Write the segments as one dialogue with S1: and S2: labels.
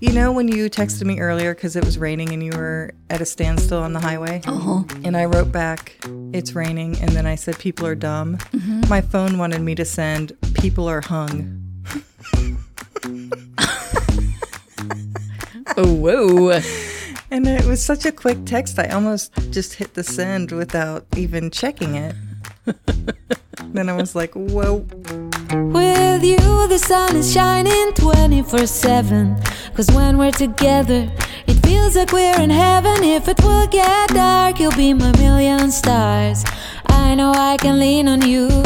S1: You know, when you texted me earlier because it was raining and you were at a standstill on the highway,
S2: Uh-huh.
S1: and I wrote back, It's raining, and then I said, People are dumb.
S2: Mm-hmm.
S1: My phone wanted me to send, People are hung.
S2: Oh, whoa.
S1: And it was such a quick text, I almost just hit the send without even checking it. then I was like, Whoa.
S3: With you, the sun is shining 24 7. Cause when we're together, it feels like we're in heaven. If it will get dark, you'll be my million stars. I know I can lean on you.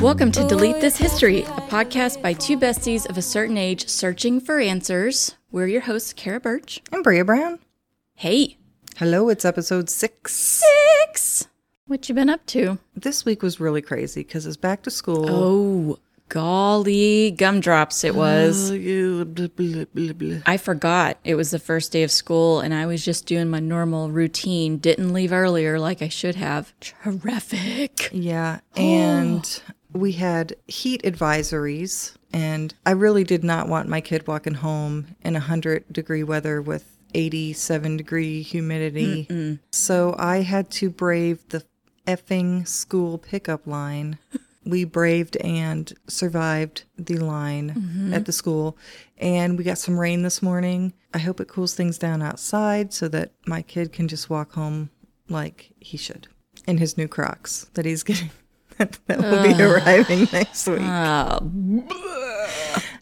S2: Welcome to Delete This History, a podcast by two besties of a certain age searching for answers. We're your hosts, Kara Birch.
S1: And Bria Brown.
S2: Hey,
S1: Hello, it's episode six.
S2: Six. What you been up to?
S1: This week was really crazy because it's back to school.
S2: Oh, golly gumdrops it was. I forgot it was the first day of school and I was just doing my normal routine. Didn't leave earlier like I should have. Terrific.
S1: Yeah. And we had heat advisories. And I really did not want my kid walking home in 100 degree weather with 87 degree humidity. So I had to brave the effing school pickup line. We braved and survived the line at the school. And we got some rain this morning. I hope it cools things down outside so that my kid can just walk home like he should in his new Crocs that he's getting that, that will be arriving next week.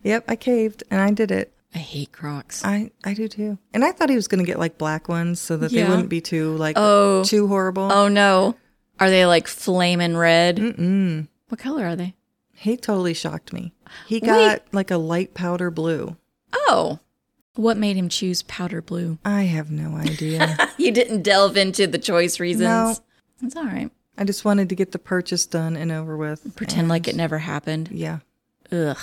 S1: yep, I caved and I did it.
S2: I hate Crocs.
S1: I I do too. And I thought he was going to get like black ones so that
S2: Yeah.
S1: they wouldn't be too like too horrible.
S2: Oh no. Are they like flaming red? Mm-mm. What color are they?
S1: He totally shocked me. He got like a light powder blue.
S2: Oh. What made him choose powder blue?
S1: I have no idea.
S2: You didn't delve into the choice reasons.
S1: No.
S2: It's all right.
S1: I just wanted to get the purchase done and over with.
S2: Pretend like it never happened.
S1: Yeah.
S2: Ugh.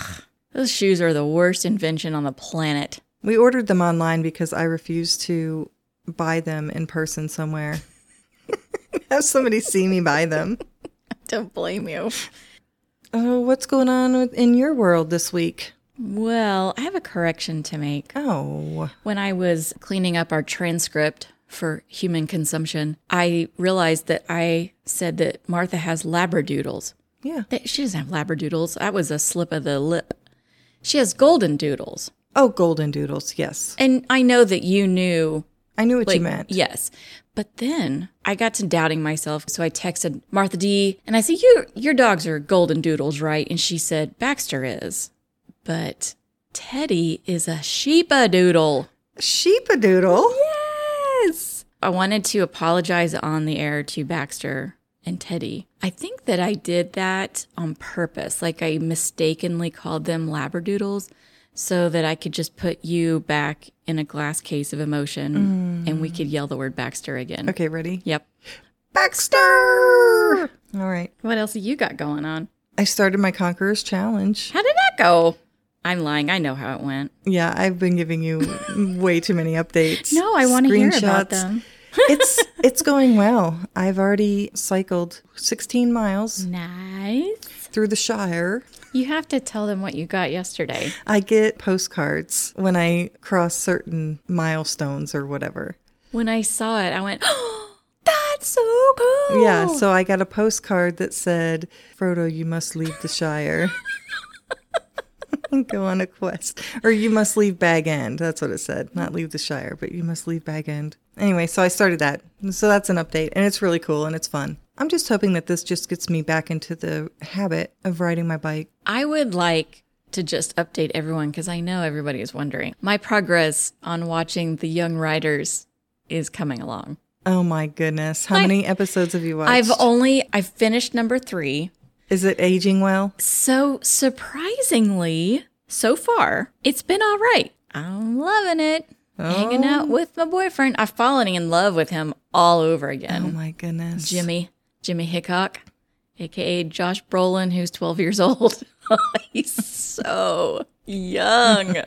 S2: Those shoes are the worst invention on the planet.
S1: We ordered them online because I refused to buy them in person somewhere. Have somebody see me buy them.
S2: Don't blame you.
S1: Oh, what's going on with, in your world this week?
S2: Well, I have a correction to make.
S1: Oh,
S2: When I was cleaning up our transcript for human consumption, I realized that I said that Martha has labradoodles.
S1: yeah.
S2: That she doesn't have labradoodles. That was a slip of the lip. She has golden doodles.
S1: Oh, golden doodles. Yes,
S2: And I know that you knew
S1: I knew what
S2: like
S1: you meant.
S2: yes. But then I got to doubting myself, so I texted Martha D and I said, "You your dogs are golden doodles, right?" And she said, "Baxter is." But Teddy is a sheepa doodle.
S1: Sheepa doodle.
S2: Yes. I wanted to apologize on the air to Baxter and Teddy. I think that I did that on purpose. Like I mistakenly called them labradoodles so that I could just put you back in a glass case of emotion and we could yell the word Baxter again.
S1: Mm. Okay, ready?
S2: Yep.
S1: Baxter. All right.
S2: What else have you got going on?
S1: I started my Conquerors Challenge.
S2: How did that go? I'm lying. I know how it went.
S1: Yeah, I've been giving you way too many updates.
S2: No, I want to hear about
S1: screenshots.
S2: them.
S1: it's it's going well. I've already cycled 16 miles
S2: Nice.
S1: through the Shire.
S2: You have to tell them what you got yesterday.
S1: I get postcards when I cross certain milestones or whatever.
S2: When I saw it, I went, oh, that's so cool.
S1: Yeah, so I got a postcard that said, Frodo, you must leave the Shire. Go on a quest. Or you must leave Bag End. That's what it said. Not leave the Shire, but you must leave Bag End. Anyway, so I started that. So that's an update, and it's really cool and it's fun. I'm just hoping that this just gets me back into the habit of riding my bike.
S2: I would like to just update everyone because I know everybody is wondering. My progress on watching The Young Riders is coming along.
S1: Oh my goodness. How many episodes have you watched?
S2: I've only, I've finished number three.
S1: Is it aging well?
S2: So surprisingly, so far, it's been all right. I'm loving it. Hanging
S1: Oh.
S2: out with my boyfriend. I've fallen in love with him all over
S1: Oh
S2: again.
S1: my goodness.
S2: Jimmy, Jimmy Hickok, aka Josh Brolin, who's 12 years old. He's so young.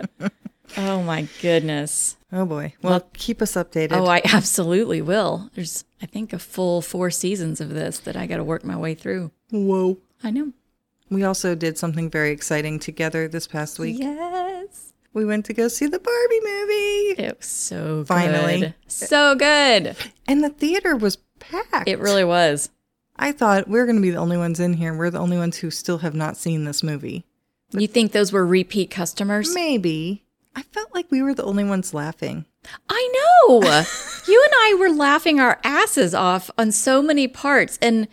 S2: oh my goodness.
S1: Oh boy. Well, keep us updated.
S2: Oh, I absolutely will. There's, I think, a full four seasons of this that I got to work my way through.
S1: Whoa.
S2: I know.
S1: We also did something very exciting together this past week.
S2: Yes.
S1: We went to go see the Barbie movie,
S2: It was so
S1: Finally.
S2: good. So good.
S1: and the theater was packed.
S2: It really was.
S1: I thought we are going to be the only ones in here. We're the only ones who still have not seen this movie.
S2: You think those were repeat customers?
S1: Maybe. I felt like we were the only ones laughing.
S2: I know. you and I were laughing our asses off on so many parts, and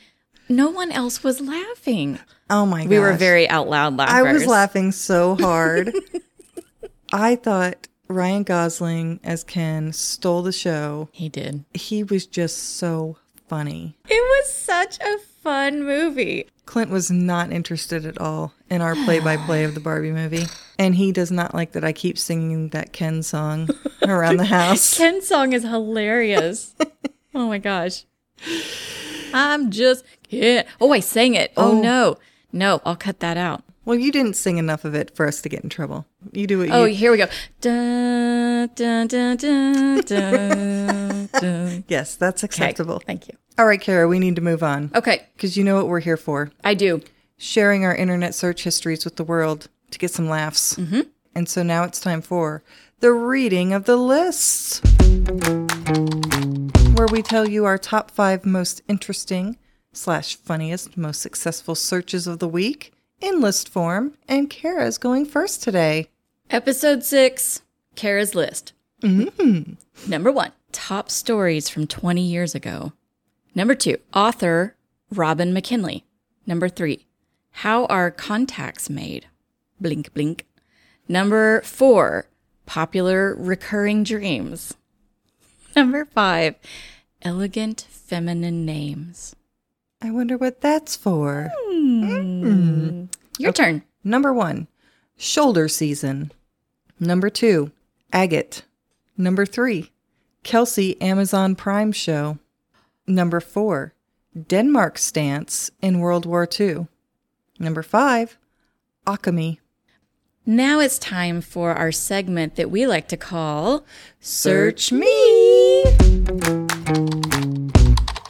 S2: no one else was laughing.
S1: Oh my god.
S2: We were very out loud
S1: I
S2: laughers.
S1: was laughing so hard. I thought Ryan Gosling as Ken stole the show.
S2: He did.
S1: He was just so funny.
S2: It was such a fun movie.
S1: Clint was not interested at all in our play by play of the Barbie movie. And he does not like that I keep singing that Ken song around the house.
S2: Ken's song is hilarious. oh my gosh. I'm just Ken. Oh, I sang it. oh no. No, I'll cut that out.
S1: Well, you didn't sing enough of it for us to get in trouble. You do what
S2: Oh,
S1: you
S2: here we go. Dun, dun, dun, dun, dun, dun.
S1: Yes, that's acceptable.
S2: Okay, Oh. Thank you.
S1: All right, Kara, we need to move on
S2: Okay,
S1: because you know what we're here for
S2: I do.
S1: sharing our internet search histories with the world to get some laughs. Mm-hmm. And so now it's time for the reading of the lists, where we tell you our top five most interesting slash funniest, most successful searches of the week in list form. And Kara's going first today.
S2: Episode six Kara's List. Mm-hmm. Number one, top stories from 20 years ago. Number two, author Robin McKinley. Number three, how are contacts made? Blink, blink. Number four, popular recurring dreams. Number five, elegant feminine names.
S1: I wonder what that's for. Hmm.
S2: Your turn.
S1: Number one, shoulder season. Number two, agate. Number three, Kelsey Amazon Prime show. Number four, Denmark stance in World War II. Number five, Akami.
S2: Now it's time for our segment that we like to call
S1: Search me.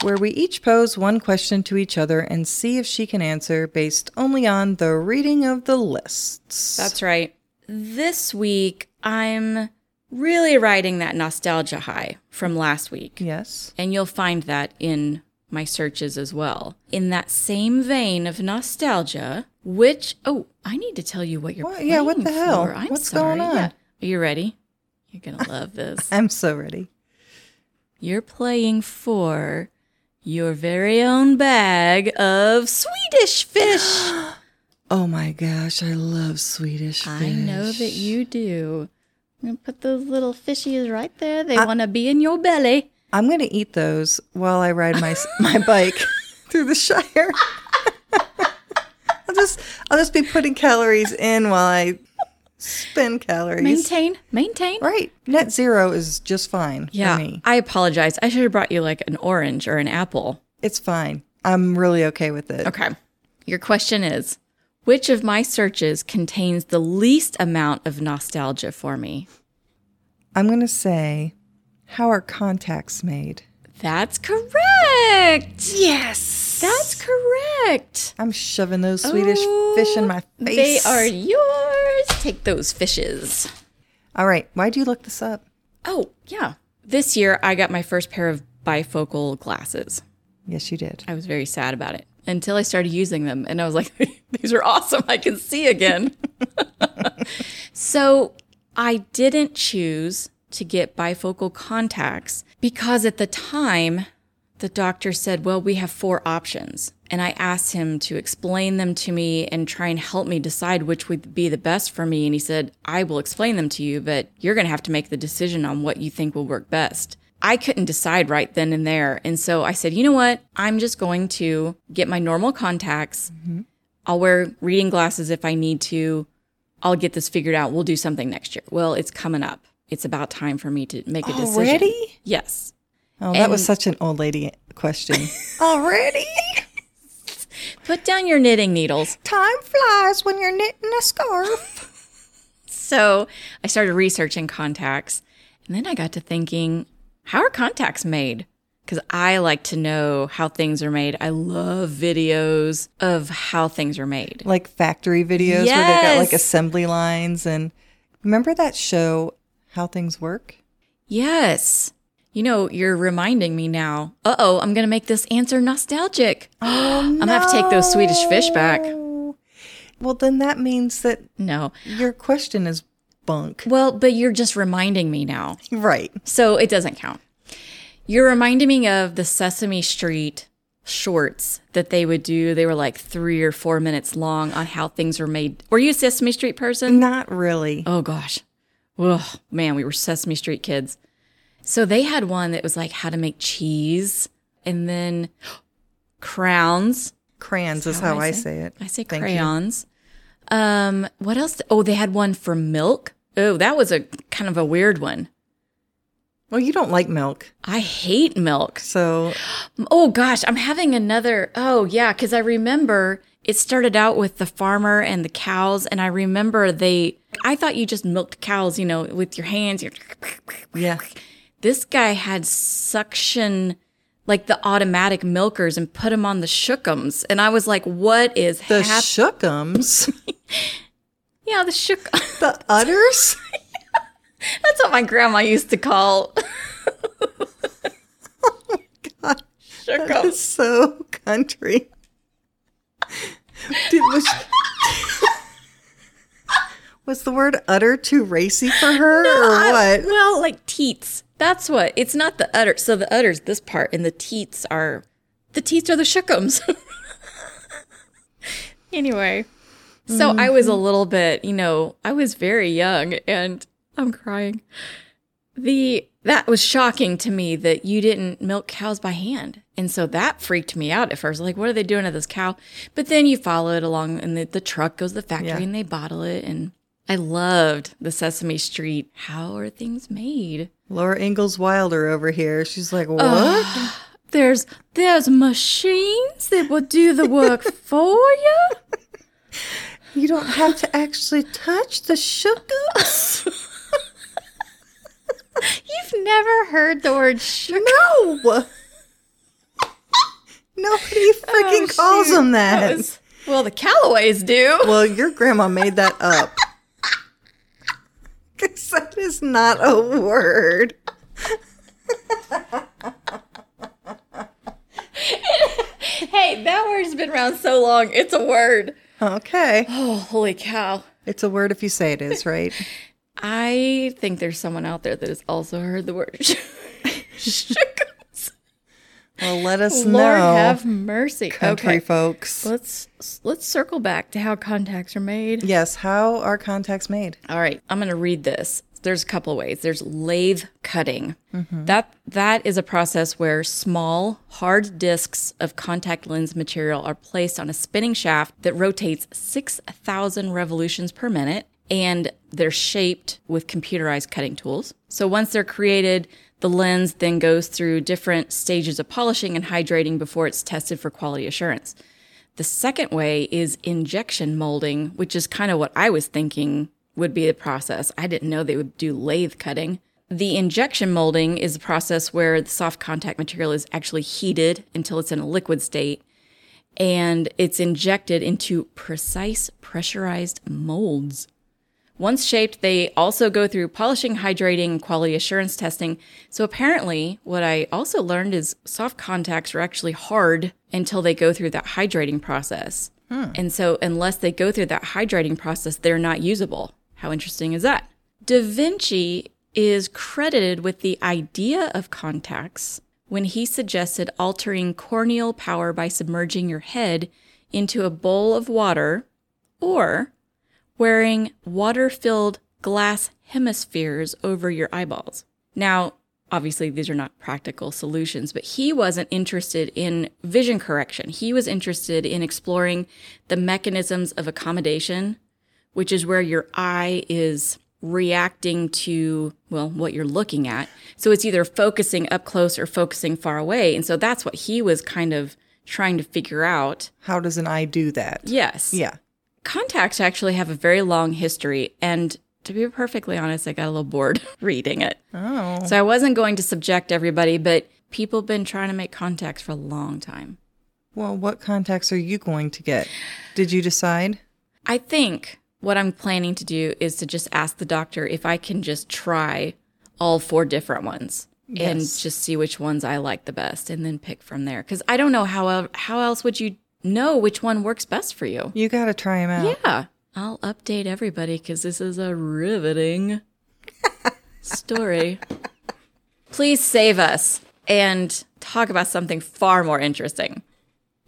S1: Where we each pose one question to each other and see if she can answer based only on the reading of the lists.
S2: That's right. This week, I'm really riding that nostalgia high from last week.
S1: yes.
S2: And you'll find that in my searches as well. In that same vein of nostalgia, which, oh, I need to tell you what you're
S1: What?
S2: playing
S1: Yeah, what the hell?
S2: for. I'm
S1: What's
S2: sorry.
S1: going on?
S2: Yeah. Are you ready? You're going to love this.
S1: I'm so ready.
S2: You're playing for your very own bag of Swedish fish.
S1: Oh my gosh, I love Swedish fish.
S2: I know that you do. I'm gonna put those little fishies right there. They want to be in your belly.
S1: I'm going to eat those while I ride my my bike through the Shire. I'll just I'll just be putting calories in while I spend calories.
S2: Maintain, maintain.
S1: Right. Net zero is just fine
S2: Yeah,
S1: for me.
S2: I apologize. I should have brought you like an orange or an apple.
S1: It's fine. I'm really okay with it.
S2: Okay. Your question is Which of my searches contains the least amount of nostalgia for me?
S1: I'm going to say how are contacts made?
S2: That's correct. Yes. That's correct.
S1: I'm shoving those Swedish fish in my
S2: Oh, They
S1: face.
S2: are yours. Take those fishes.
S1: All right. Why'd you look this up?
S2: Oh, yeah. This year I got my first pair of bifocal glasses.
S1: Yes, you did.
S2: I was very sad about it until I started using them and I was like, these are awesome. I can see again. so I didn't choose to get bifocal contacts because at the time the doctor said, well, we have four options. And I asked him to explain them to me and try and help me decide which would be the best for me. And he said, I will explain them to you, but you're going to have to make the decision on what you think will work best. I couldn't decide right then and there. And so I said, you know what? I'm just going to get my normal contacts. I'll wear reading glasses if I need to. I'll get this figured out. We'll do something next year. Well, it's coming up. It's about time for me to make a decision.
S1: Already?
S2: Yes.
S1: Oh, that was
S2: And-
S1: such an old lady question. Already?
S2: Put down your knitting needles.
S1: Time flies when you're knitting a scarf.
S2: So I started researching contacts. And then I got to thinking, how are contacts made? Because I like to know how things are made. I love videos of how things are made.
S1: like factory videos where they've got like
S2: Yes.
S1: assembly lines and Remember that show, How Things Work?
S2: Yes. You know, you're reminding me now. Uh oh, I'm going to make this answer nostalgic. I'm going to have to take those Swedish fish back.
S1: No. Well, then that means that
S2: No.
S1: your question is bunk.
S2: Well, but you're just reminding me now.
S1: Right.
S2: So it doesn't count. You're reminding me of the Sesame Street shorts that they would do. They were like three or four minutes long on how things were made. Were you a Sesame Street person?
S1: Not really.
S2: Oh gosh. Oh man, we were Sesame Street kids. So they had one that was like how to make cheese and then crowns.
S1: Crayons is how I say it.
S2: I say
S1: Thank you.
S2: crayons. Um, what else? Oh, they had one for milk. Oh, that was a kind of a weird one.
S1: Well, you don't like milk.
S2: I hate milk.
S1: So,
S2: Oh gosh, I'm having another. Oh yeah, because I remember it started out with the farmer and the cows, and I remember they. I thought you just milked cows, you know, with your hands. you
S1: yeah.
S2: This guy had suction, like the automatic milkers, and put them on the shookums, and I was like, "What is
S1: The
S2: hap-
S1: shookums,
S2: yeah, the shook."
S1: the udders.
S2: That's what my grandma used to call
S1: That is so country. Did, was, was the word udder too racy for her or
S2: I-
S1: what?
S2: well, like teats. That's what. It's not the udder. So the udder's this part, and the teats are the teats are the shookums. anyway, so I was a little bit, you know, I was very young, and I'm crying. The that was shocking to me that you didn't milk cows by hand. And so that freaked me out at first. Like, what are they doing to this cow? But then you follow it along and the, the truck goes to the factory
S1: Yeah.
S2: and they bottle it. And I loved the Sesame Street. How are things made?
S1: Laura Ingalls Wilder over here. She's like, what?
S2: There's there's machines that will do the work for you.
S1: You don't have to actually touch the shookums.
S2: You've never heard the word sugar.
S1: No. Nobody freaking calls them Oh, that.
S2: well, the Callaways do.
S1: Well, your grandma made that up. Because that is not a word.
S2: Hey, that word's been around so long. It's a word.
S1: Okay.
S2: Oh, holy cow.
S1: It's a word if you say it is, right?
S2: I think there's someone out there that has also heard the word sugars.
S1: Well, let us
S2: Lord
S1: know,
S2: have mercy.
S1: country
S2: okay.
S1: folks.
S2: Let's let's circle back to how contacts are made.
S1: Yes, how are contacts made?
S2: All right, I'm going to read this. There's a couple ways. There's lathe cutting. That that is a process where small hard discs of contact lens material are placed on a spinning shaft that rotates 6,000 revolutions per minute and they're shaped with computerized cutting tools. So once they're created, the lens then goes through different stages of polishing and hydrating before it's tested for quality assurance. The second way is injection molding, which is kind of what I was thinking would be the process. I didn't know they would do lathe cutting. The injection molding is a process where the soft contact material is actually heated until it's in a liquid state and it's injected into precise pressurized molds. Once shaped, they also go through polishing, hydrating, quality assurance testing. So apparently, what I also learned is soft contacts are actually hard until they go through that hydrating process. And so, unless they go through that hydrating process, they're not usable. How interesting is that? Da Vinci is credited with the idea of contacts when he suggested altering corneal power by submerging your head into a bowl of water or wearing water filled glass hemispheres over your eyeballs. Now, obviously, these are not practical solutions, but he wasn't interested in vision correction. He was interested in exploring the mechanisms of accommodation, which is where your eye is reacting to, well, what you're looking at. So it's either focusing up close or focusing far away. And so that's what he was kind of trying to figure out.
S1: How does an eye do that?
S2: Yes
S1: Yeah.
S2: contacts actually have a very long history and to be perfectly honest i got a little bored reading it
S1: Oh.
S2: so i wasn't going to subject everybody but people been trying to make contacts for a long time
S1: Well, what contacts are you going to get? Did you decide?
S2: i think what I'm planning to do is to just ask the doctor if I can just try all four different ones and
S1: Yes.
S2: just see which ones I like the best and then pick from there cuz I don't know how el- how else would you know which one works best for you.
S1: You got to try them out.
S2: Yeah. I'll update everybody cuz this is a riveting story. Please save us and talk about something far more interesting.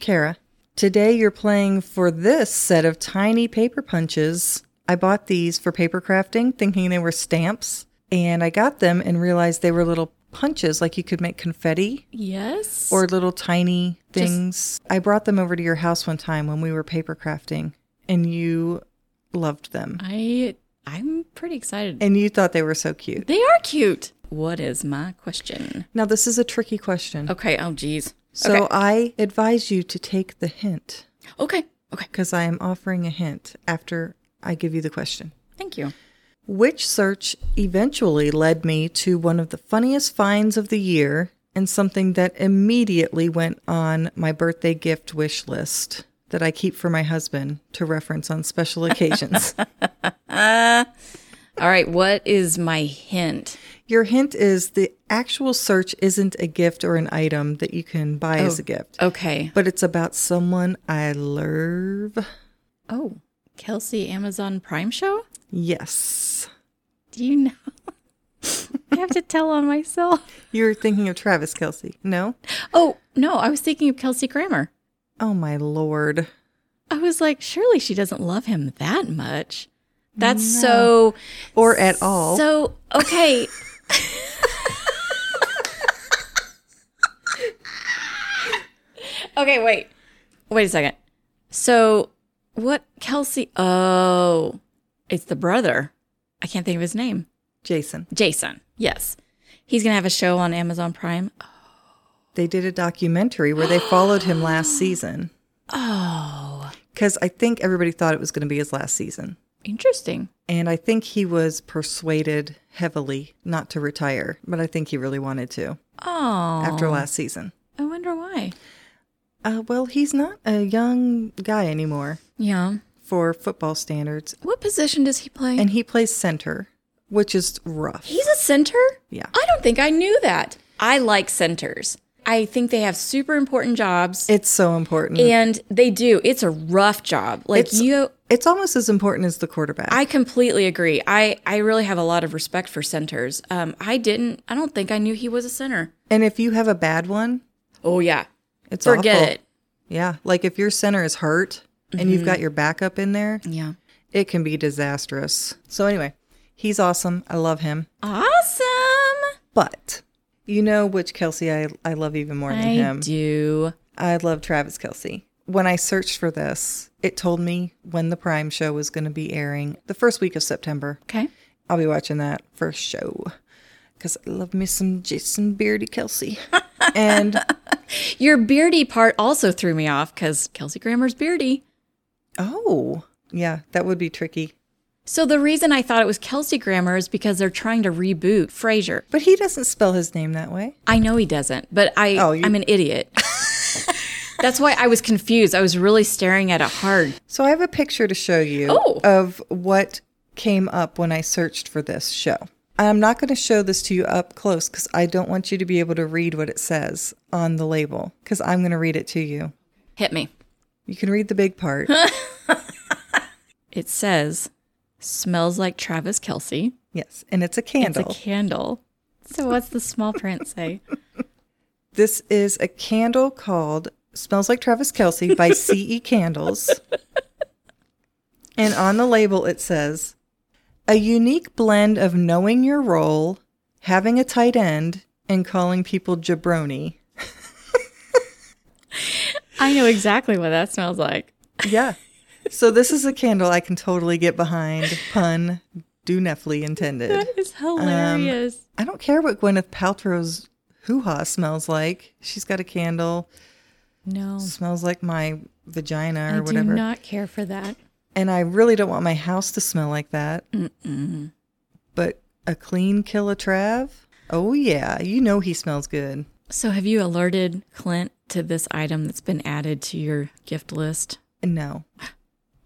S1: Kara, today you're playing for this set of tiny paper punches. I bought these for paper crafting, thinking they were stamps, and I got them and realized they were little punches, like you could make confetti
S2: Yes.
S1: or little tiny things. I brought them over to your house one time when we were paper crafting, and you loved them.
S2: I I'm pretty excited.
S1: And you thought they were so cute.
S2: They are cute. What is my question?
S1: Now, this is a tricky question.
S2: Okay. Oh, geez.
S1: So
S2: okay.
S1: I advise you to take the hint
S2: uh, okay. Okay.
S1: because I am offering a hint after I give you the question.
S2: Thank you.
S1: Which search eventually led me to one of the funniest finds of the year and something that immediately went on my birthday gift wish list that I keep for my husband to reference on special occasions.
S2: All right. What is my hint?
S1: Your hint is the actual search isn't a gift or an item that you can buy as a gift,
S2: Okay.
S1: but it's about someone I love.
S2: Oh, Kelsey Amazon Prime show.
S1: Yes.
S2: Do you know? I have to tell on myself.
S1: You're thinking of Travis Kelsey. No?
S2: Oh no, I was thinking of Kelsey Grammer.
S1: Oh, my Lord.
S2: I was like, surely she doesn't love him that much. That's so
S1: Or at all.
S2: So okay. okay, wait. Wait a second. So what Kelsey Oh, it's the brother. I can't think of his name.
S1: Jason.
S2: Jason. Yes. He's going to have a show on Amazon Prime.
S1: They did a documentary where they followed him last season
S2: Oh,
S1: because I think everybody thought it was going to be his last season.
S2: interesting.
S1: And I think he was persuaded heavily not to retire, but I think he really wanted to
S2: Oh.
S1: after last season.
S2: I wonder why.
S1: Uh, well, he's not a young guy anymore
S2: Yeah.
S1: for football standards,
S2: What position does he play?
S1: and he plays center, which is rough.
S2: He's a center?
S1: yeah.
S2: I don't think I knew that. I like centers. I think they have super important jobs
S1: It's so important.
S2: and they do. It's a rough job. Like
S1: Mm. It's-
S2: you
S1: it's almost as important as the quarterback.
S2: I completely agree. I I really have a lot of respect for centers. Um I didn't I don't think I knew he was a center.
S1: and if you have a bad one,
S2: Oh yeah.
S1: it's
S2: Forget
S1: awful.
S2: it.
S1: Yeah. Like if your center is hurt and you've
S2: Mm-hmm.
S1: got your backup in there,
S2: Yeah.
S1: it can be disastrous. So, anyway, he's awesome. I love him.
S2: Awesome.
S1: But you know which Kelsey I, I love even more than
S2: I
S1: him?
S2: do.
S1: I love Travis Kelsey. When I searched for this, it told me when the Prime show was going to be airing the first week of September.
S2: Okay.
S1: I'll be watching that first show because I love me some Jason Beardy Kelsey. and
S2: Your beardy part also threw me off cuz Kelsey Grammer's beardy.
S1: oh, yeah, that would be tricky.
S2: So the reason I thought it was Kelsey Grammer is because they're trying to reboot Frasier.
S1: But he doesn't spell his name that way.
S2: I know he doesn't, but I
S1: Oh, you-
S2: I'm an idiot. That's why I was confused. I was really staring at it hard.
S1: So I have a picture to show you
S2: Oh.
S1: of what came up when I searched for this show. I'm not going to show this to you up close because I don't want you to be able to read what it says on the label because I'm going to read it to you.
S2: Hit me.
S1: You can read the big part.
S2: It says smells like Travis Kelsey.
S1: yes. And it's a
S2: It's
S1: candle.
S2: a candle. So what's the small print say?
S1: this is a candle called Smells Like Travis Kelsey by CE Candles. And on the label, it says a unique blend of knowing your role, having a tight end, and calling people jabroni.
S2: I know exactly what that smells like.
S1: Yeah. So this is a candle I can totally get behind. Pun dunefully intended.
S2: That is
S1: Um,
S2: hilarious.
S1: I don't care what Gwyneth Paltrow's hoo-ha smells like. She's got a candle.
S2: no.
S1: Smells like my vagina or
S2: Oh. I do
S1: whatever.
S2: not care for that.
S1: and I really don't want my house to smell like that. But a clean killatrav? Oh yeah, you know he smells good.
S2: So have you alerted Clint to this item that's been added to your gift list?
S1: No.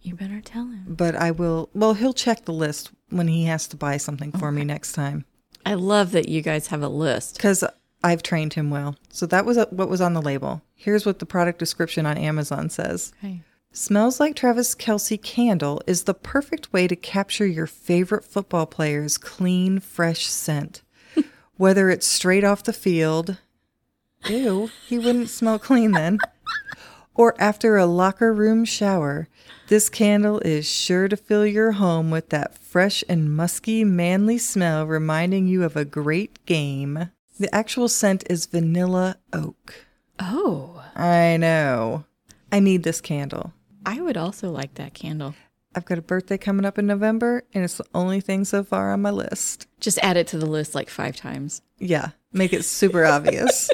S2: You better tell him.
S1: but I will. Well, he'll check the list when he has to buy something for me next time
S2: I love that you guys have a list.
S1: because I've trained him well. So that was uh, what was on the label. Here's what the product description on Amazon says.
S2: Okay.
S1: Smells Like Travis Kelsey Candle is the perfect way to capture your favorite football player's clean, fresh scent. Whether it's straight off the field, ew, he wouldn't smell clean then, or after a locker room shower, this candle is sure to fill your home with that fresh and musky, manly smell reminding you of a great game. The actual scent is vanilla oak.
S2: Oh,
S1: I know. I need this candle.
S2: I would also like that candle.
S1: I've got a birthday coming up in November, and it's the only thing so far on my list.
S2: Just add it to the list like five times.
S1: Yeah, make it super obvious.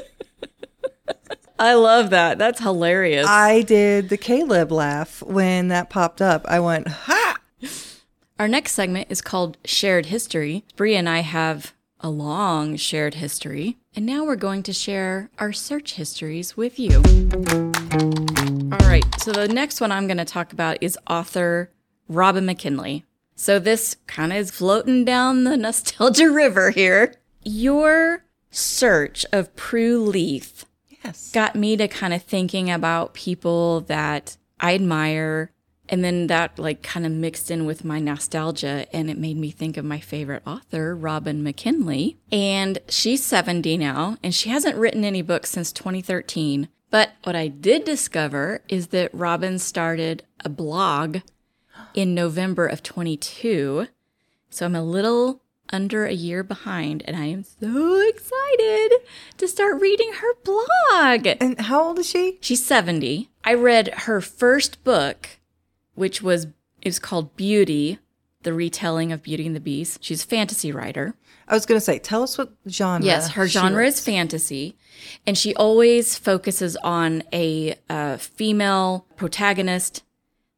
S2: I love that. That's hilarious.
S1: I did the Caleb laugh when that popped up. I went, ha!
S2: Our next segment is called Shared History. Bria and I have a long shared history, and now we're going to share our search histories with you. All right, so the next one I'm going to talk about is author Robin McKinley. So this kind of is floating down the nostalgia river here. Your search of Prue Leith
S1: Yes.
S2: got me to kind of thinking about people that I admire. And then that like kind of mixed in with my nostalgia and it made me think of my favorite author, Robin McKinley. And she's 70 now and she hasn't written any books since 2013. But what I did discover is that Robin started a blog in November of 22. So I'm a little under a year behind and I am so excited to start reading her blog.
S1: And how old is she?
S2: She's 70. I read her first book, which was it was called Beauty, the retelling of Beauty and the Beast. She's a fantasy writer.
S1: I was going to say, tell us what genre.
S2: Yes, her
S1: she
S2: genre
S1: writes.
S2: is fantasy, and she always focuses on a uh, female protagonist,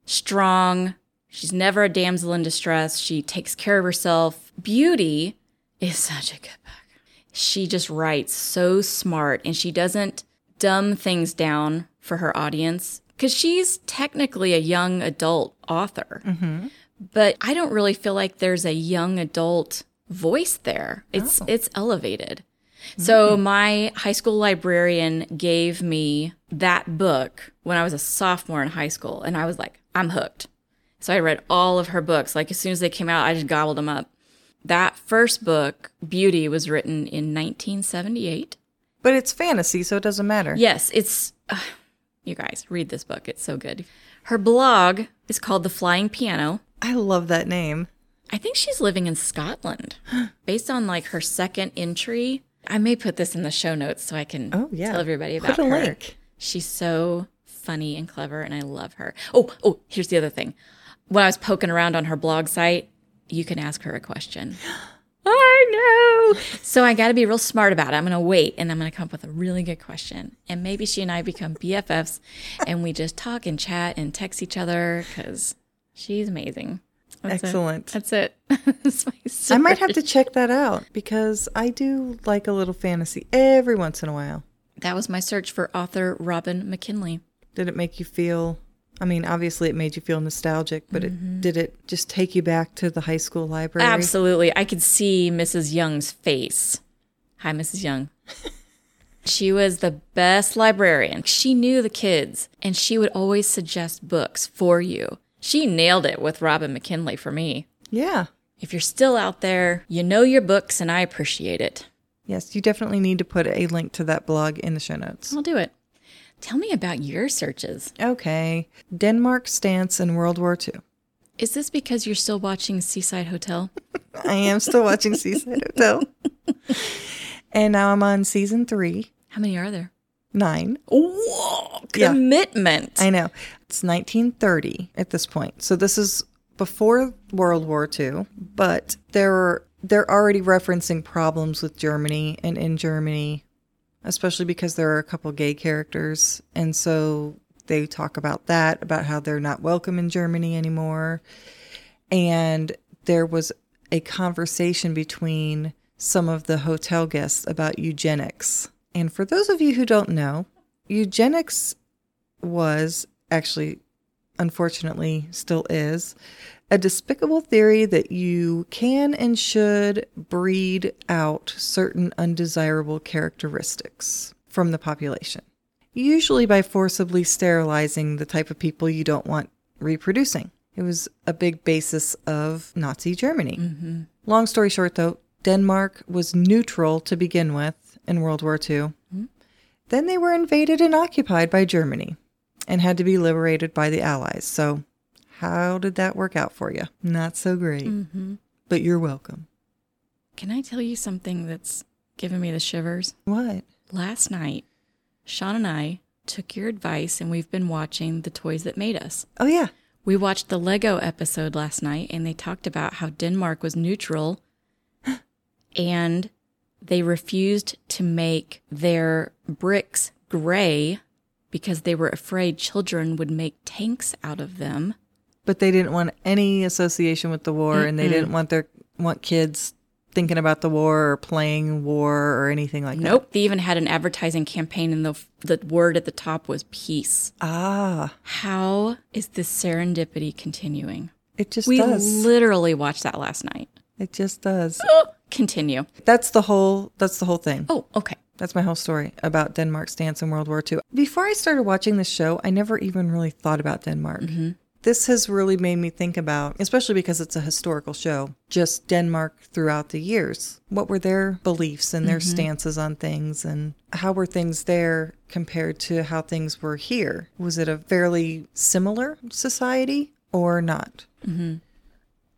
S2: strong. She's never a damsel in distress. She takes care of herself. Beauty is such a good book. She just writes so smart, and she doesn't dumb things down for her audience because she's technically a young adult author but I don't really feel like there's a young adult voice there. It's it's elevated. So my high school librarian gave me that book when I was a sophomore in high school and I was like, I'm hooked. So I read all of her books like as soon as they came out, I just gobbled them up. That first book, Beauty, was written in 1978.
S1: But it's fantasy, so it doesn't matter.
S2: Yes, it's. Uh, you guys, read this book. It's so good. Her blog is called The Flying Piano.
S1: I love that name.
S2: I think she's living in Scotland based on like her second entry. I may put this in the show notes so I can
S1: Oh, yeah.
S2: tell everybody
S1: Put
S2: about
S1: a
S2: her.
S1: link.
S2: She's so funny and clever and I love her. Oh, oh, here's the other thing. When I was poking around on her blog site, you can ask her a question. I know. So I got to be real smart about it. I'm going to wait and I'm going to come up with a really good question. And maybe she and I become BFFs and we just talk and chat and text each other because she's amazing. That's it.
S1: Excellent.
S2: That's it. That's my
S1: I
S2: story.
S1: might have to check that out because I do like a little fantasy every once in a while.
S2: That was my search for author Robin McKinley.
S1: Did it make you feel? I mean, obviously, it made you feel nostalgic, but it did it just take you back to the high school library?
S2: Absolutely. I could see Mrs. Young's face. Hi, Mrs. Young. she was the best librarian. She knew the kids and she would always suggest books for you. She nailed it with Robin McKinley for me.
S1: Yeah.
S2: If you're still out there, you know your books and I appreciate it.
S1: Yes, you definitely need to put a link to that blog in the show notes.
S2: I'll do it. Tell me about your searches.
S1: Okay. Denmark stance in World War II.
S2: Is this because you're still watching Seaside Hotel?
S1: I am still watching Seaside Hotel. And now I'm on season three,
S2: How many are there?
S1: nine.
S2: Whoa,
S1: Yeah.
S2: commitment.
S1: I know. It's 1930 at this point. So this is before World War II, but they're they're already referencing problems with Germany and in Germany, especially because there are a couple gay characters, and so they talk about that, about how they're not welcome in Germany anymore. And there was a conversation between some of the hotel guests about eugenics. And for those of you who don't know, eugenics was actually unfortunately still is, a despicable theory that you can and should breed out certain undesirable characteristics from the population, usually by forcibly sterilizing the type of people you don't want reproducing. It was a big basis of Nazi Germany. Long story short, though, Denmark was neutral to begin with in World War II. Then they were invaded and occupied by Germany and had to be liberated by the Allies. So, how did that work out for you? Not so great,
S2: Mm. Mm-hmm.
S1: but you're welcome.
S2: Can I tell you something that's giving me the shivers?
S1: What?
S2: Last night, Sean and I took your advice and we've been watching The Toys That Made Us.
S1: Oh, yeah.
S2: We watched the Lego episode last night and they talked about how Denmark was neutral and they refused to make their bricks gray because they were afraid children would make tanks out of them.
S1: But they didn't want any association with the war and they didn't want their want kids thinking about the war or playing war or anything like that.
S2: Nope. They even had an advertising campaign and the the word at the top was peace.
S1: Ah,
S2: How is this serendipity continuing?
S1: it just
S2: we
S1: does.
S2: literally watched that last night.
S1: it just does.
S2: Continue.
S1: That's the whole that's the whole thing.
S2: Oh, okay.
S1: That's my whole story about Denmark's stance in World War II. Before I started watching this show, I never even really thought about Denmark. This has really made me think about, especially because it's a historical show, just Denmark throughout the years. What were their beliefs and their stances on things, and how were things there compared to how things were here? Was it a fairly similar society or not? And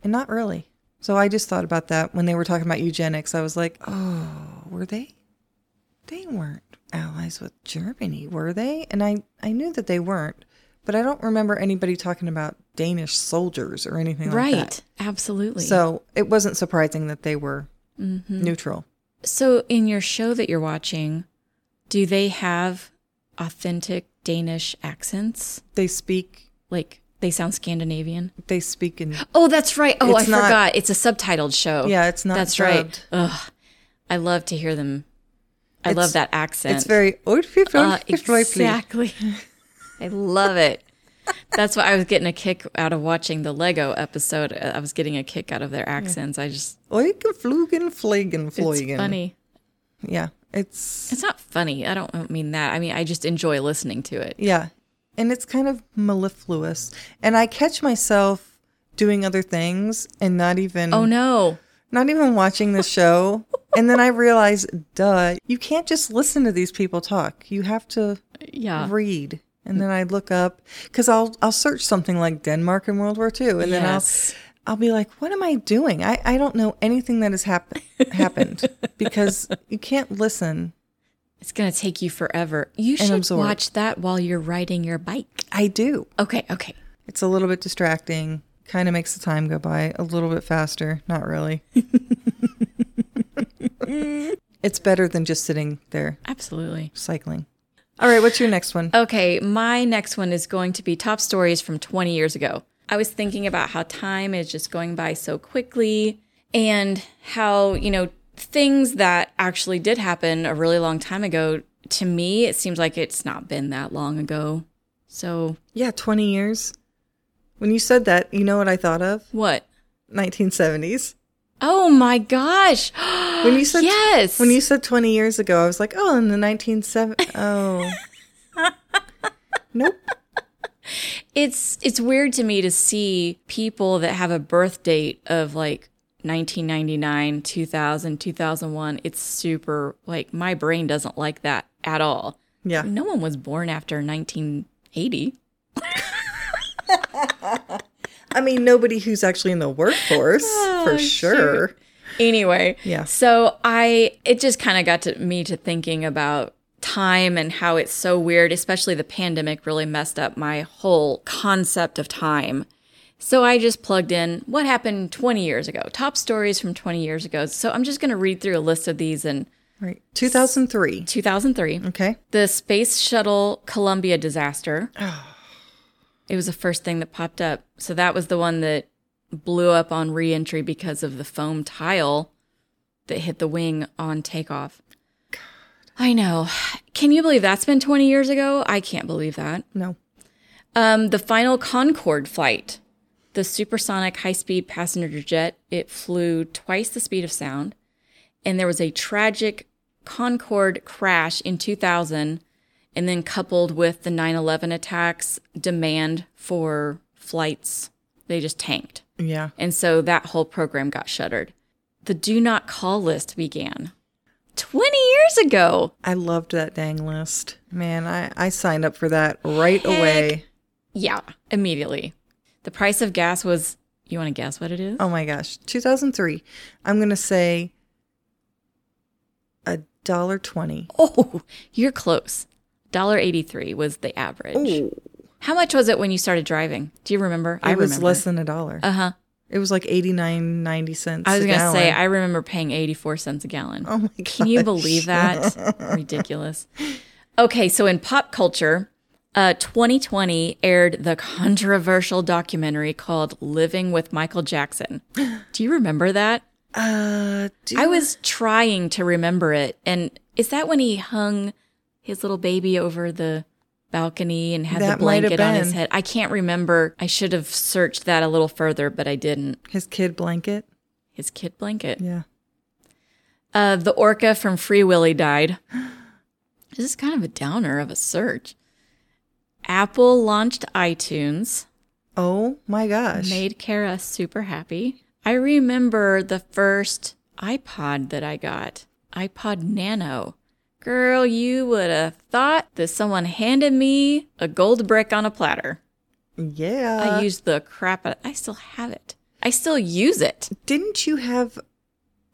S1: not really. So I just thought about that when they were talking about eugenics. I was like, oh, were they? They weren't allies with Germany, were they? And I, I knew that they weren't, but I don't remember anybody talking about Danish soldiers or anything
S2: right.
S1: like that.
S2: Absolutely.
S1: So it wasn't surprising that they were
S2: Mm-hmm.
S1: neutral.
S2: so in your show that you're watching, do they have authentic Danish accents?
S1: They speak.
S2: Like they sound Scandinavian?
S1: They speak in.
S2: Oh, that's right. Oh,
S1: It's
S2: I
S1: not-
S2: forgot. It's a subtitled show.
S1: Yeah, it's not
S2: That's
S1: dubbed.
S2: right. Ugh. I love to hear them. I
S1: It's-
S2: love that accent.
S1: It's very.
S2: Uh, exactly. I love it. That's why I was getting a kick out of watching the Lego episode. Uh, I was getting a kick out of their accents. I just
S1: Eugenflugen, flagen,
S2: it's
S1: flagen.
S2: funny.
S1: Yeah, it's
S2: It's not funny. I don't mean that. I mean I just enjoy listening to it.
S1: Yeah. And it's kind of mellifluous. And I catch myself doing other things and not even
S2: Oh no.
S1: not even watching the show. and then I realize, duh, you can't just listen to these people talk. You have to
S2: Yeah.
S1: read.
S2: Mm.
S1: And then I look up cuz I'll I'll search something like Denmark in World War II and then I'll
S2: Yes.
S1: I'll be like, what am I doing? I, I don't know anything that has hap- happened because you can't listen.
S2: It's gonna take you forever. You should
S1: absorb.
S2: watch that while you're riding your bike.
S1: I do.
S2: Okay, okay.
S1: It's a little bit distracting. Kind of makes the time go by a little bit faster. Not really. it's better than just sitting there
S2: Absolutely.
S1: cycling. Oh, All right, what's your next one?
S2: Okay, my next one is going to be top stories from 20 years ago. I was thinking about how time is just going by so quickly and how, you know, things that actually did happen a really long time ago, to me, it seems like it's not been that long ago. So,
S1: Yeah, 20 years. When you said that, you know what I thought of?
S2: what?
S1: 1970s.
S2: Oh my gosh.
S1: When you said
S2: yes.
S1: when you said 20 years ago, I was like, "Oh, in the 1970s." Oh. nope.
S2: it's it's weird to me to see people that have a birth date of like 1999, 2000, 2001. It's super like my brain doesn't like that at all.
S1: Yeah.
S2: No one was born after 1980.
S1: I mean, nobody who's actually in the workforce for sure.
S2: Anyway,
S1: Yeah.
S2: So I it just kind of got to me to thinking about time and how it's so weird, especially the pandemic really messed up my whole concept of time. So I just plugged in what happened 20 years ago, top stories from 20 years ago. So I'm just going to read through a list of these in
S1: Right. 2003.
S2: 2003,
S1: Okay.
S2: the space shuttle Columbia disaster. It was the first thing that popped up. So that was the one that blew up on reentry because of the foam tile that hit the wing on takeoff. I know. Can you believe that's been 20 years ago? I can't believe that.
S1: No.
S2: Um, the final Concorde flight, the supersonic high speed passenger jet, it flew twice the speed of sound. And there was a tragic Concorde crash in 2000. And then, coupled with the 9 11 attacks, demand for flights, they just tanked.
S1: Yeah.
S2: And so that whole program got shuttered. The do not call list began 20 years ago.
S1: I loved that dang list. Man, I, I signed up for that right away.
S2: Yeah, immediately. The price of gas was, you want to guess what it is?
S1: Oh my gosh. 2003. I'm going to say a dollar 20.
S2: Oh, you're close. $1.83 was the average. How much was it when you started driving? Do you remember?
S1: It was less than a dollar.
S2: Uh huh.
S1: It was like 89 90 cents.
S2: I was
S1: a
S2: going to say,
S1: gallon.
S2: I remember paying 84 cents a gallon.
S1: Oh my
S2: Can you
S1: gosh.
S2: believe that? Ridiculous. Okay, so in pop culture, uh, 2020 aired the controversial documentary called Living with Michael Jackson. Do you remember that?
S1: uh, do
S2: I was trying to remember it. And is that when he hung his little baby over the balcony and had
S1: That
S2: the
S1: might have
S2: blanket on his
S1: been.
S2: head? I can't remember. I should have searched that a little further, but I didn't.
S1: his kid blanket.
S2: His kid blanket.
S1: Yeah.
S2: Uh, the orca from Free Willy died. This is kind of a downer of a search. Apple launched iTunes,
S1: Oh my gosh.
S2: made Kara super happy. I remember the first iPod that I got, iPod Nano. Girl, you would have thought that someone handed me a gold brick on a platter.
S1: yeah.
S2: I used the crap out. I still have it. I still use it.
S1: Didn't you have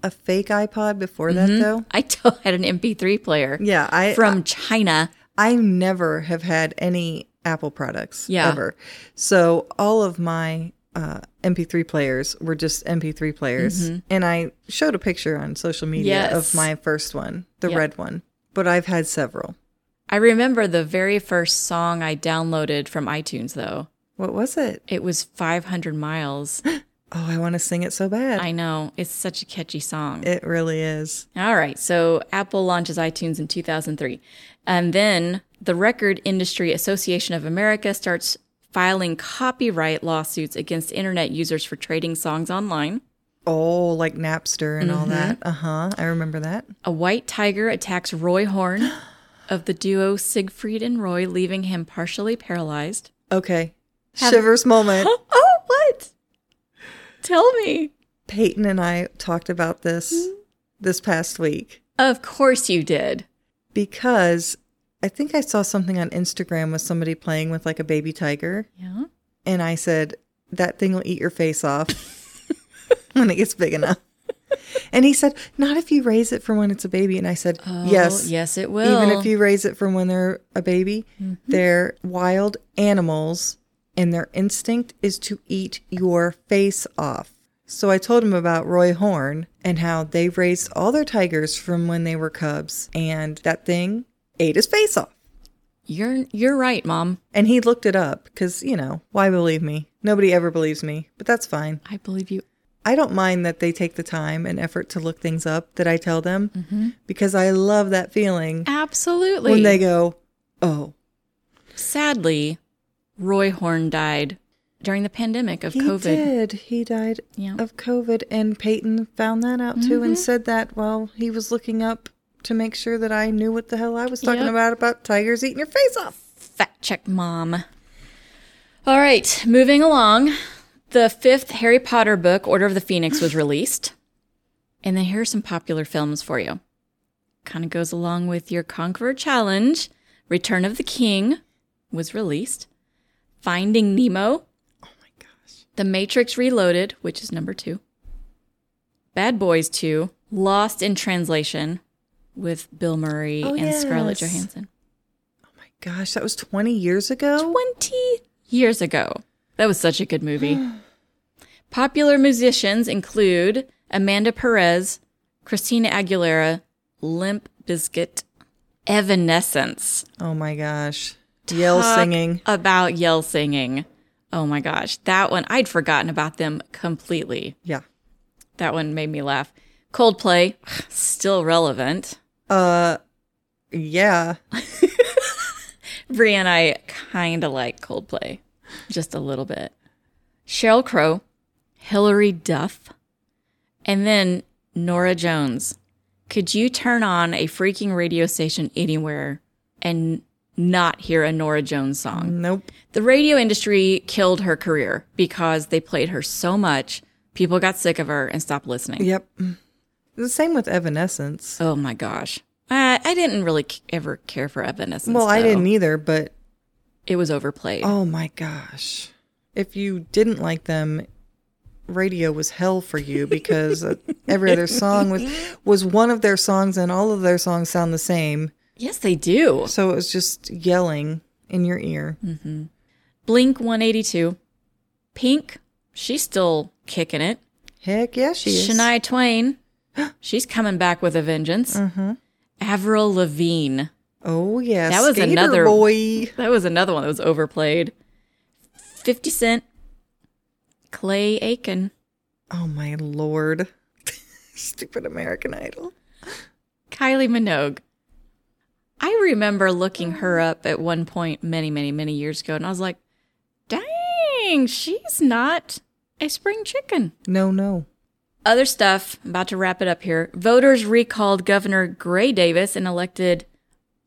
S1: a fake iPod before that though?
S2: I still had an MP3 player
S1: Yeah, I
S2: Mm-hmm.
S1: uh,
S2: from China.
S1: I never have had any Apple products
S2: Yeah.
S1: ever. So all of my uh, MP3 players were just MP3 players. And I showed a picture on social media
S2: Mm-hmm. Yes.
S1: of my first one, the
S2: Yep.
S1: red one. But I've had several.
S2: I remember the very first song I downloaded from iTunes, though.
S1: What was it?
S2: It was 500 Miles.
S1: Oh, I want to sing it so bad.
S2: I know, it's such a catchy song.
S1: it really is.
S2: All right, so Apple launches iTunes in 2003. And then the Record Industry Association of America starts filing copyright lawsuits against internet users for trading songs online.
S1: Oh, like Napster and all
S2: Mm-hmm.
S1: that. Uh huh. I remember that.
S2: A white tiger attacks Roy Horn of the duo Siegfried and Roy, leaving him partially paralyzed.
S1: Okay.
S2: Have-
S1: Shivers moment.
S2: oh, what? Tell me.
S1: Peyton and I talked about
S2: Hmm?
S1: this this past week.
S2: Of course you did.
S1: because I think I saw something on Instagram with somebody playing with like a baby tiger.
S2: Yeah.
S1: And I said, that thing will eat your face off when it gets big enough. And he said, not if you raise it from when it's a baby. And I said, yes.
S2: Oh, Yes, it will. Mm-hmm.
S1: Even if you raise it from when they're a baby, they're wild animals and their instinct is to eat your face off. So I told him about Roy Horn and how they raised all their tigers from when they were cubs and that thing ate his face off.
S2: You're you're right, mom.
S1: And he looked it up because, you know, why believe me? Nobody ever believes me, but that's fine.
S2: I believe you.
S1: I don't mind that they take the time and effort to look things up that I tell them because I love that feeling
S2: Mm-hmm. Absolutely.
S1: when they go, oh,
S2: Sadly, Roy Horn died during the pandemic of
S1: He
S2: COVID.
S1: did. He died
S2: Yeah. Mm-hmm.
S1: of COVID, and Peyton found that out too, and said that while he was looking up to make sure that I knew what the hell I was talking
S2: Yep.
S1: about about tigers eating your face off.
S2: Fact check, mom. All right, moving along. The fifth Harry Potter book, Order of the Phoenix, was released. And then here are some popular films for you. Kind of goes along with your Conqueror Challenge. Return of the King was released. Finding Nemo.
S1: Oh
S2: The Matrix Reloaded, which is number two. Bad Boys 2. Lost in Translation with Bill Murray
S1: Oh,
S2: and Scarlett
S1: yes.
S2: Johansson.
S1: Oh my gosh, that was twenty years ago.
S2: 20 years ago. That was such a good movie. Popular musicians include Amanda Perez, Christina Aguilera, Limp Bizkit, Evanescence.
S1: Oh my gosh, yell
S2: Talk
S1: singing.
S2: About yell singing. Oh my gosh. That one, I'd forgotten about them completely.
S1: Yeah.
S2: That one made me laugh. Coldplay, still relevant.
S1: Uh, yeah.
S2: Brie and I kind of like Coldplay, just a little bit. Cheryl Crow, Hilary Duff, and then Nora Jones. Could you turn on a freaking radio station anywhere and not hear a Nora Jones song?
S1: Nope.
S2: The radio industry killed her career because they played her so much, people got sick of her and stopped listening.
S1: Yep. The same with Evanescence.
S2: Oh my gosh. I, I didn't really c- ever care for Evanescence.
S1: well, I
S2: though.
S1: didn't either, but
S2: It was overplayed.
S1: oh my gosh. If you didn't like them, radio was hell for you because uh, every other song was was one of their songs and all of their songs sound the same.
S2: Yes, they do.
S1: So it was just yelling in your ear.
S2: Mm. Blink 182. Pink, she's still kicking it.
S1: Heck yeah, she is.
S2: Shania Twain, she's coming back with a vengeance.
S1: Mm.
S2: Avril Lavigne.
S1: Mm-hmm. Oh yeah,
S2: That was
S1: Skater
S2: another-
S1: boy.
S2: That was another one that was overplayed. 50 Cent, Clay Aiken.
S1: Oh my lord. Stupid American Idol.
S2: Kylie Minogue. I remember looking her up at one point many, many, many years ago, and I was like, dang, she's not a spring chicken.
S1: No, no.
S2: Other stuff, I'm about to wrap it up here. Voters recalled Governor Gray Davis and elected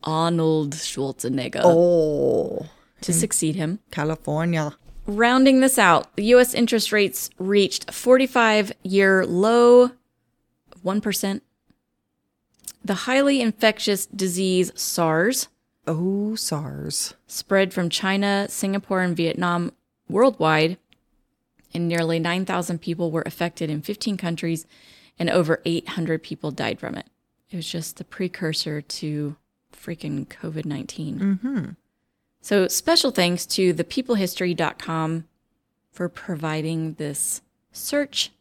S2: Arnold Schwarzenegger
S1: Oh,
S2: to succeed him.
S1: California.
S2: Rounding this out, the U.S. interest rates reached 45 year low, 1%. The highly infectious disease SARS
S1: Oh, SARS.
S2: spread from China, Singapore, and Vietnam worldwide, and nearly 9,000 people were affected in 15 countries, and over 800 people died from it. It was just the precursor to freaking COVID 19.
S1: Mm-hmm.
S2: So, special thanks to thepeoplehistory.com for providing this search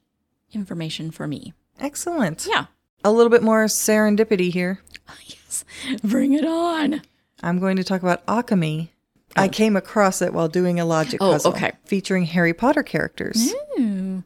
S2: information for me.
S1: Excellent.
S2: Yeah.
S1: A little bit more serendipity here.
S2: Yes. Bring it on.
S1: I'm going to talk about alchemy. I came across it while doing a logic
S2: Oh,
S1: puzzle
S2: okay. Mm-hmm.
S1: featuring Harry Potter characters.
S2: Ooh.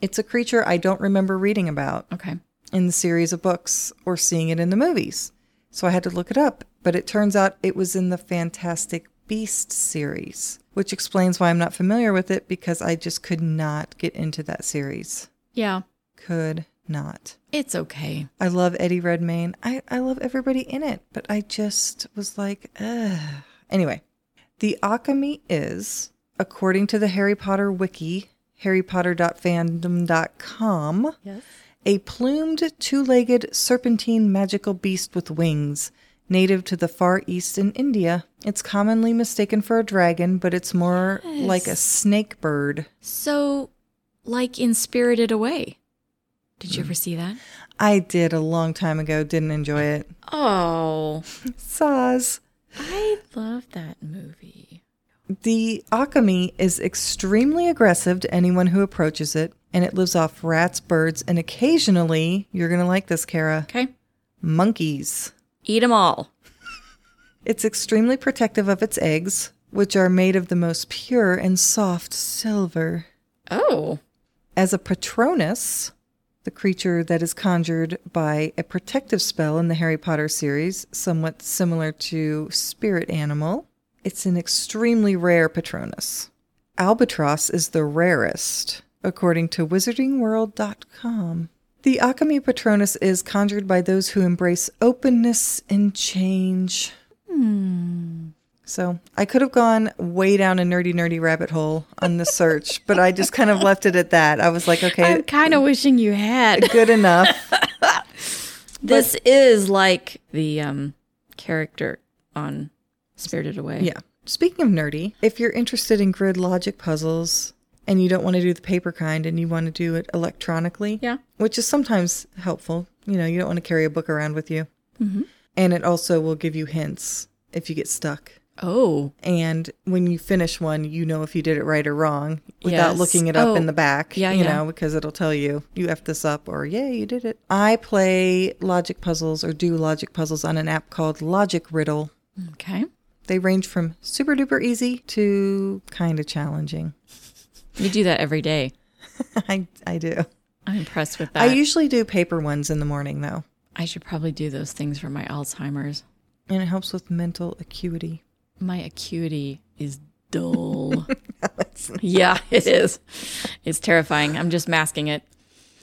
S1: It's a creature I don't remember reading about
S2: Okay.
S1: in the series of books or seeing it in the movies. So I had to look it up, but it turns out it was in the Fantastic Beast series, which explains why I'm not familiar with it because I just could not get into that series.
S2: Yeah.
S1: Could not.
S2: It's okay.
S1: I love Eddie Redmayne. I, I love everybody in it, but I just was like, ugh. Anyway, the alchemy is, according to the Harry Potter wiki, harrypotter.fandom.com,
S2: Yes.
S1: a plumed, two legged, serpentine magical beast with wings. Native to the Far East and India, it's commonly mistaken for a dragon, but it's more like a snake bird.
S2: So, like in Spirited Away. Did you ever see that?
S1: I did a long time ago, didn't enjoy it.
S2: Oh,
S1: Saws.
S2: I love that movie.
S1: The akami is extremely aggressive to anyone who approaches it, and it lives off rats, birds, and occasionally, you're going to like this, Kara,
S2: Okay.
S1: monkeys.
S2: Eat them all.
S1: It's extremely protective of its eggs, which are made of the most pure and soft silver.
S2: Oh,
S1: As a patronus, the creature that is conjured by a protective spell in the Harry Potter series, somewhat similar to spirit animal, it's an extremely rare patronus. Albatross is the rarest, according to wizardingworld.com. The Akami Patronus is conjured by those who embrace openness and change. So I could have gone way down a nerdy, nerdy rabbit hole on the search, but I just kind of left it at that. I was like, okay,
S2: kind of wishing you had.
S1: good enough.
S2: this is like the um character on Spirited Away.
S1: Yeah. Speaking of nerdy, if you're interested in grid logic puzzles and you don't want to do the paper kind and you want to do it electronically,
S2: Yeah.
S1: which is sometimes helpful, you know, you don't want to carry a book around with you.
S2: Mm-hmm.
S1: And it also will give you hints if you get stuck.
S2: Oh,
S1: And when you finish one, you know if you did it right or wrong without
S2: Yes.
S1: looking it up
S2: Oh,
S1: in the back,
S2: yeah,
S1: you
S2: yeah.
S1: know, because it'll tell you you effed this up or yeah, you did it. I play logic puzzles or do logic puzzles on an app called Logic Riddle.
S2: okay.
S1: They range from super duper easy to kind of challenging.
S2: You do that every day.
S1: I, I do.
S2: I'm impressed with
S1: I
S2: that.
S1: usually do paper ones in the morning though,
S2: I should probably do those things for my Alzheimer's.
S1: and it helps with mental acuity.
S2: My acuity is dull. yeah, it is. It's terrifying. I'm just masking it.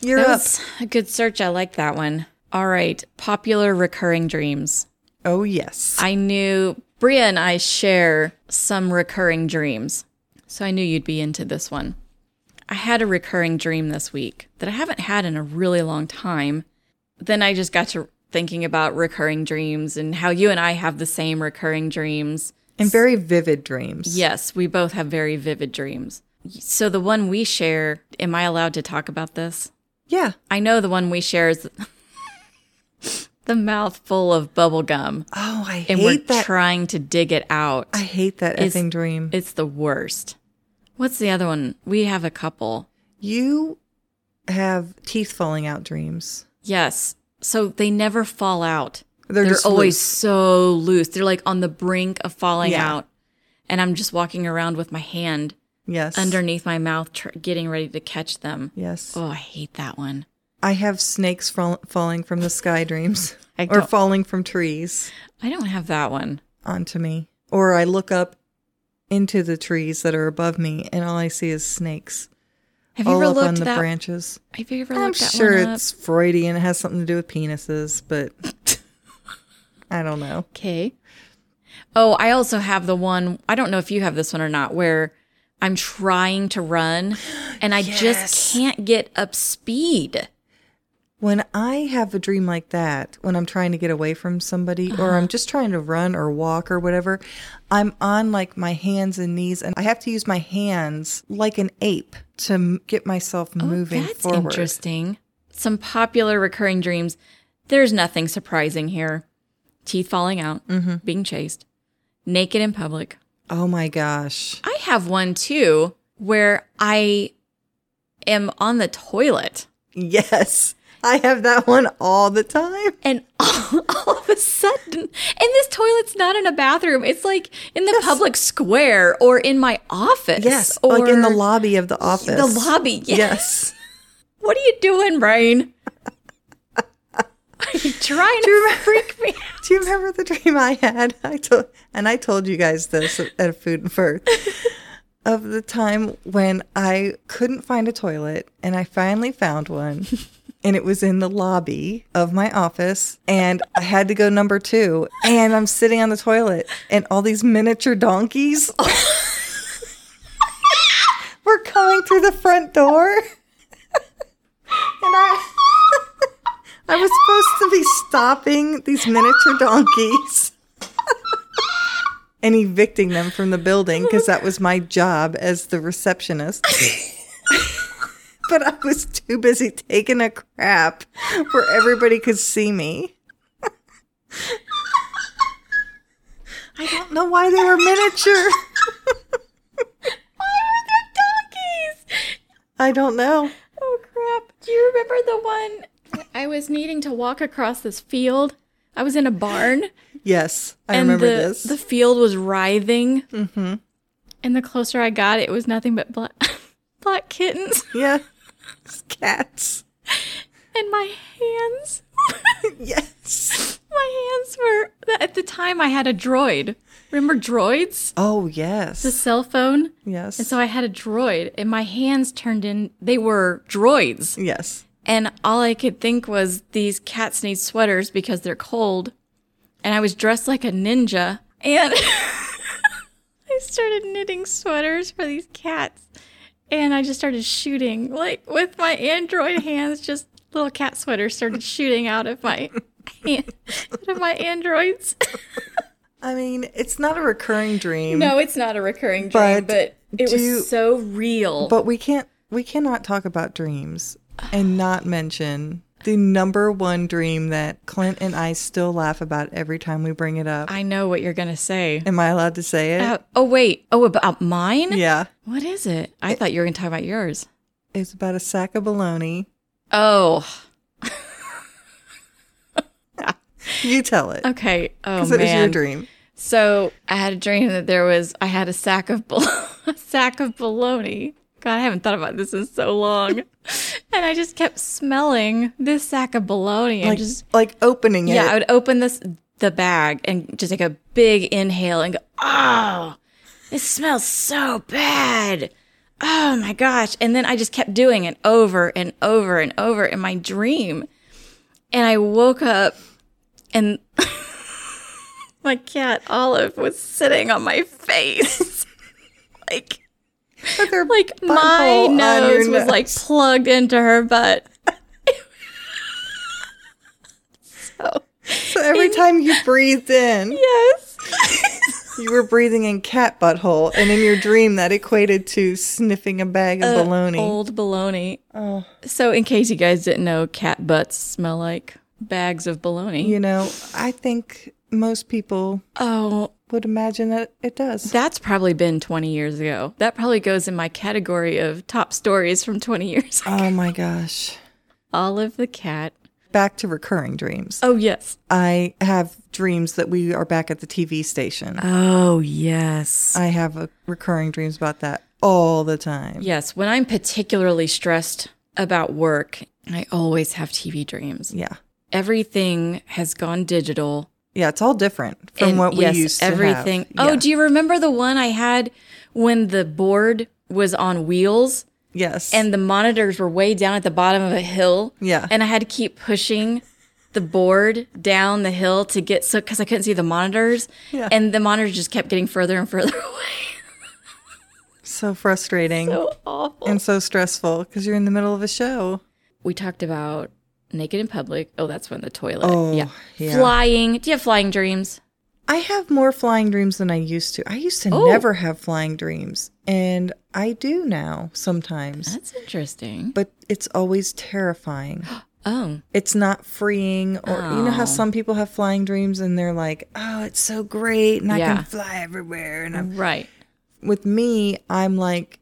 S1: You're
S2: that
S1: up.
S2: was a good search. I like that one. All right. Popular recurring dreams.
S1: Oh, yes.
S2: I knew Bria and I share some recurring dreams. So I knew you'd be into this one. I had a recurring dream this week that I haven't had in a really long time. Then I just got to thinking about recurring dreams and how you and I have the same recurring dreams.
S1: and very vivid dreams.
S2: Yes, we both have very vivid dreams. So the one we share, am I allowed to talk about this?
S1: Yeah.
S2: I know the one we share is the mouthful of bubble gum,
S1: Oh, I
S2: and we're
S1: hate that.
S2: trying to dig it out.
S1: I hate that
S2: It's-
S1: effing dream.
S2: It's the worst. What's the other one? We have a couple.
S1: you have teeth falling out dreams.
S2: Yes. So they never fall out.
S1: They're
S2: They're
S1: just
S2: always
S1: loose.
S2: so loose. They're like on the brink of falling
S1: Yeah.
S2: out. And I'm just walking around with my hand
S1: Yes.
S2: underneath my mouth, tr- getting ready to catch them.
S1: Yes.
S2: Oh, I hate that one.
S1: I have snakes fall- falling from the sky dreams
S2: I
S1: or
S2: don't-
S1: falling from trees
S2: I don't have that one.
S1: onto me. Or I look up into the trees that are above me and all I see is snakes
S2: Have you
S1: all
S2: ever
S1: up Oh, on
S2: looked
S1: the
S2: that?
S1: branches.
S2: Have you ever
S1: I'm
S2: looked that
S1: sure
S2: one up?
S1: it's Freudian. It has something to do with penises, but I don't know.
S2: Okay. Oh, I also have the one, I don't know if you have this one or not, where I'm trying to run and I just
S1: Yes.
S2: can't get up speed.
S1: When I have a dream like that, when I'm trying to get away from somebody or
S2: Uh-huh.
S1: I'm just trying to run or walk or whatever, I'm on like my hands and knees and I have to use my hands like an ape to m- get myself moving
S2: Oh, That's
S1: forward.
S2: interesting. Some popular recurring dreams. There's nothing surprising here. Teeth falling out,
S1: Mm-hmm.
S2: being chased, naked in public.
S1: Oh my gosh.
S2: I have one too where I am on the toilet
S1: Yes. I have that one all the time.
S2: and all, all of a sudden, and this toilet's not in a bathroom. It's like in the public square or in my office.
S1: Yes.
S2: or
S1: like in the lobby of the office.
S2: The lobby. Yes.
S1: Yes.
S2: What are you doing, brain? Are you trying to freak me out?
S1: Do you remember the dream I had? I told, and I told you guys this at Food and Fur of the time when I couldn't find a toilet and I finally found one. And it was in the lobby of my office, and I had to go number two. And I'm sitting on the toilet, and all these miniature donkeys were coming through the front door. And I. I was supposed to be stopping these miniature donkeys and evicting them from the building because that was my job as the receptionist. but I was too busy taking a crap where everybody could see me. I don't know why they were miniature.
S2: Donkeys.
S1: I don't know.
S2: Oh crap! Do you remember the one I was needing to walk across this field? I was in a barn,
S1: Yes, I
S2: and
S1: remember
S2: the
S1: this.
S2: the field was writhing. Mm-hmm. And the closer I got, it was nothing but black black kittens
S1: yeah. Cats.
S2: and my hands.
S1: Yes.
S2: my hands were at the time I had a droid. Remember droids?
S1: Oh, yes.
S2: The cell phone.
S1: yes.
S2: And so I had a droid, and my hands turned in. They were droids.
S1: yes.
S2: And all I could think was these cats need sweaters because they're cold. And I was dressed like a ninja. And I started knitting sweaters for these cats. And I just started shooting, like with my android hands, just little cat sweaters started shooting out of my hand, out of my androids.
S1: I mean, it's not a recurring dream,
S2: No, it's not a recurring dream, but,
S1: But
S2: it
S1: do
S2: was
S1: you-
S2: so real.
S1: but we can't we cannot talk about dreams and not mention the number one dream that Clint and I still laugh about every time we bring it up.
S2: I know what you're gonna say.
S1: Am I allowed to say it?
S2: Uh, oh wait, oh about mine?
S1: yeah.
S2: What is it? I thought you were going to talk about yours.
S1: It's about a sack of bologna.
S2: Oh,
S1: You tell it.
S2: okay. Oh
S1: Because it was your
S2: man.
S1: dream.
S2: So I had a dream that there was I had a sack of bol- a sack of bologna. God, I haven't thought about this in so long, and I just kept smelling this sack of bologna and
S1: Like,
S2: just
S1: like opening it.
S2: yeah. I would open this the bag and just take a big inhale and go, oh, this smells so bad. Oh my gosh. And then I just kept doing it over and over and over in my dream. And I woke up and my cat Olive was sitting on my face. like,
S1: With her
S2: like my
S1: butthole on your
S2: nose was like
S1: nose.
S2: plugged into her butt. so,
S1: So every time you breathed in,
S2: yes.
S1: you were breathing in cat butthole, and in your dream that equated to sniffing a bag
S2: Uh,
S1: of bologna.
S2: Old baloney. So, in case you guys didn't know, cat butts smell like bags of baloney.
S1: You know, I think most people
S2: Oh,
S1: would imagine that it does.
S2: that's probably been 20 years ago. That probably goes in my category of top stories from 20 years.
S1: oh my gosh.
S2: Olive the cat.
S1: Back to recurring dreams.
S2: Oh, yes.
S1: I have dreams that we are back at the TV station.
S2: Oh, yes.
S1: I have a recurring dreams about that all the time.
S2: Yes. When I'm particularly stressed about work, I always have TV dreams.
S1: Yeah.
S2: Everything has gone digital.
S1: Yeah, it's all different from
S2: And
S1: what we
S2: yes,
S1: used to
S2: everything.
S1: have. Yeah.
S2: Oh, do you remember the one I had when the board was on wheels
S1: yes.
S2: and the monitors were way down at the bottom of a hill?
S1: Yeah.
S2: And I had to keep pushing the board down the hill to get so because I couldn't see the monitors.
S1: Yeah.
S2: And the monitors just kept getting further and further away.
S1: so frustrating
S2: so awful.
S1: and so stressful because you're in the middle of a show.
S2: we talked about naked in public. Oh, that's when the toilet.
S1: Oh,
S2: yeah.
S1: yeah.
S2: Flying. Do you have flying dreams?
S1: I have more flying dreams than I used to. I used to
S2: Oh.
S1: never have flying dreams, and I do now sometimes,
S2: That's interesting.
S1: but it's always terrifying.
S2: Oh,
S1: It's not freeing, or you know how
S2: Oh.
S1: some people have flying dreams and they're like, oh, it's so great, and I
S2: Yeah.
S1: can fly everywhere. And I'm
S2: right.
S1: with me, I'm like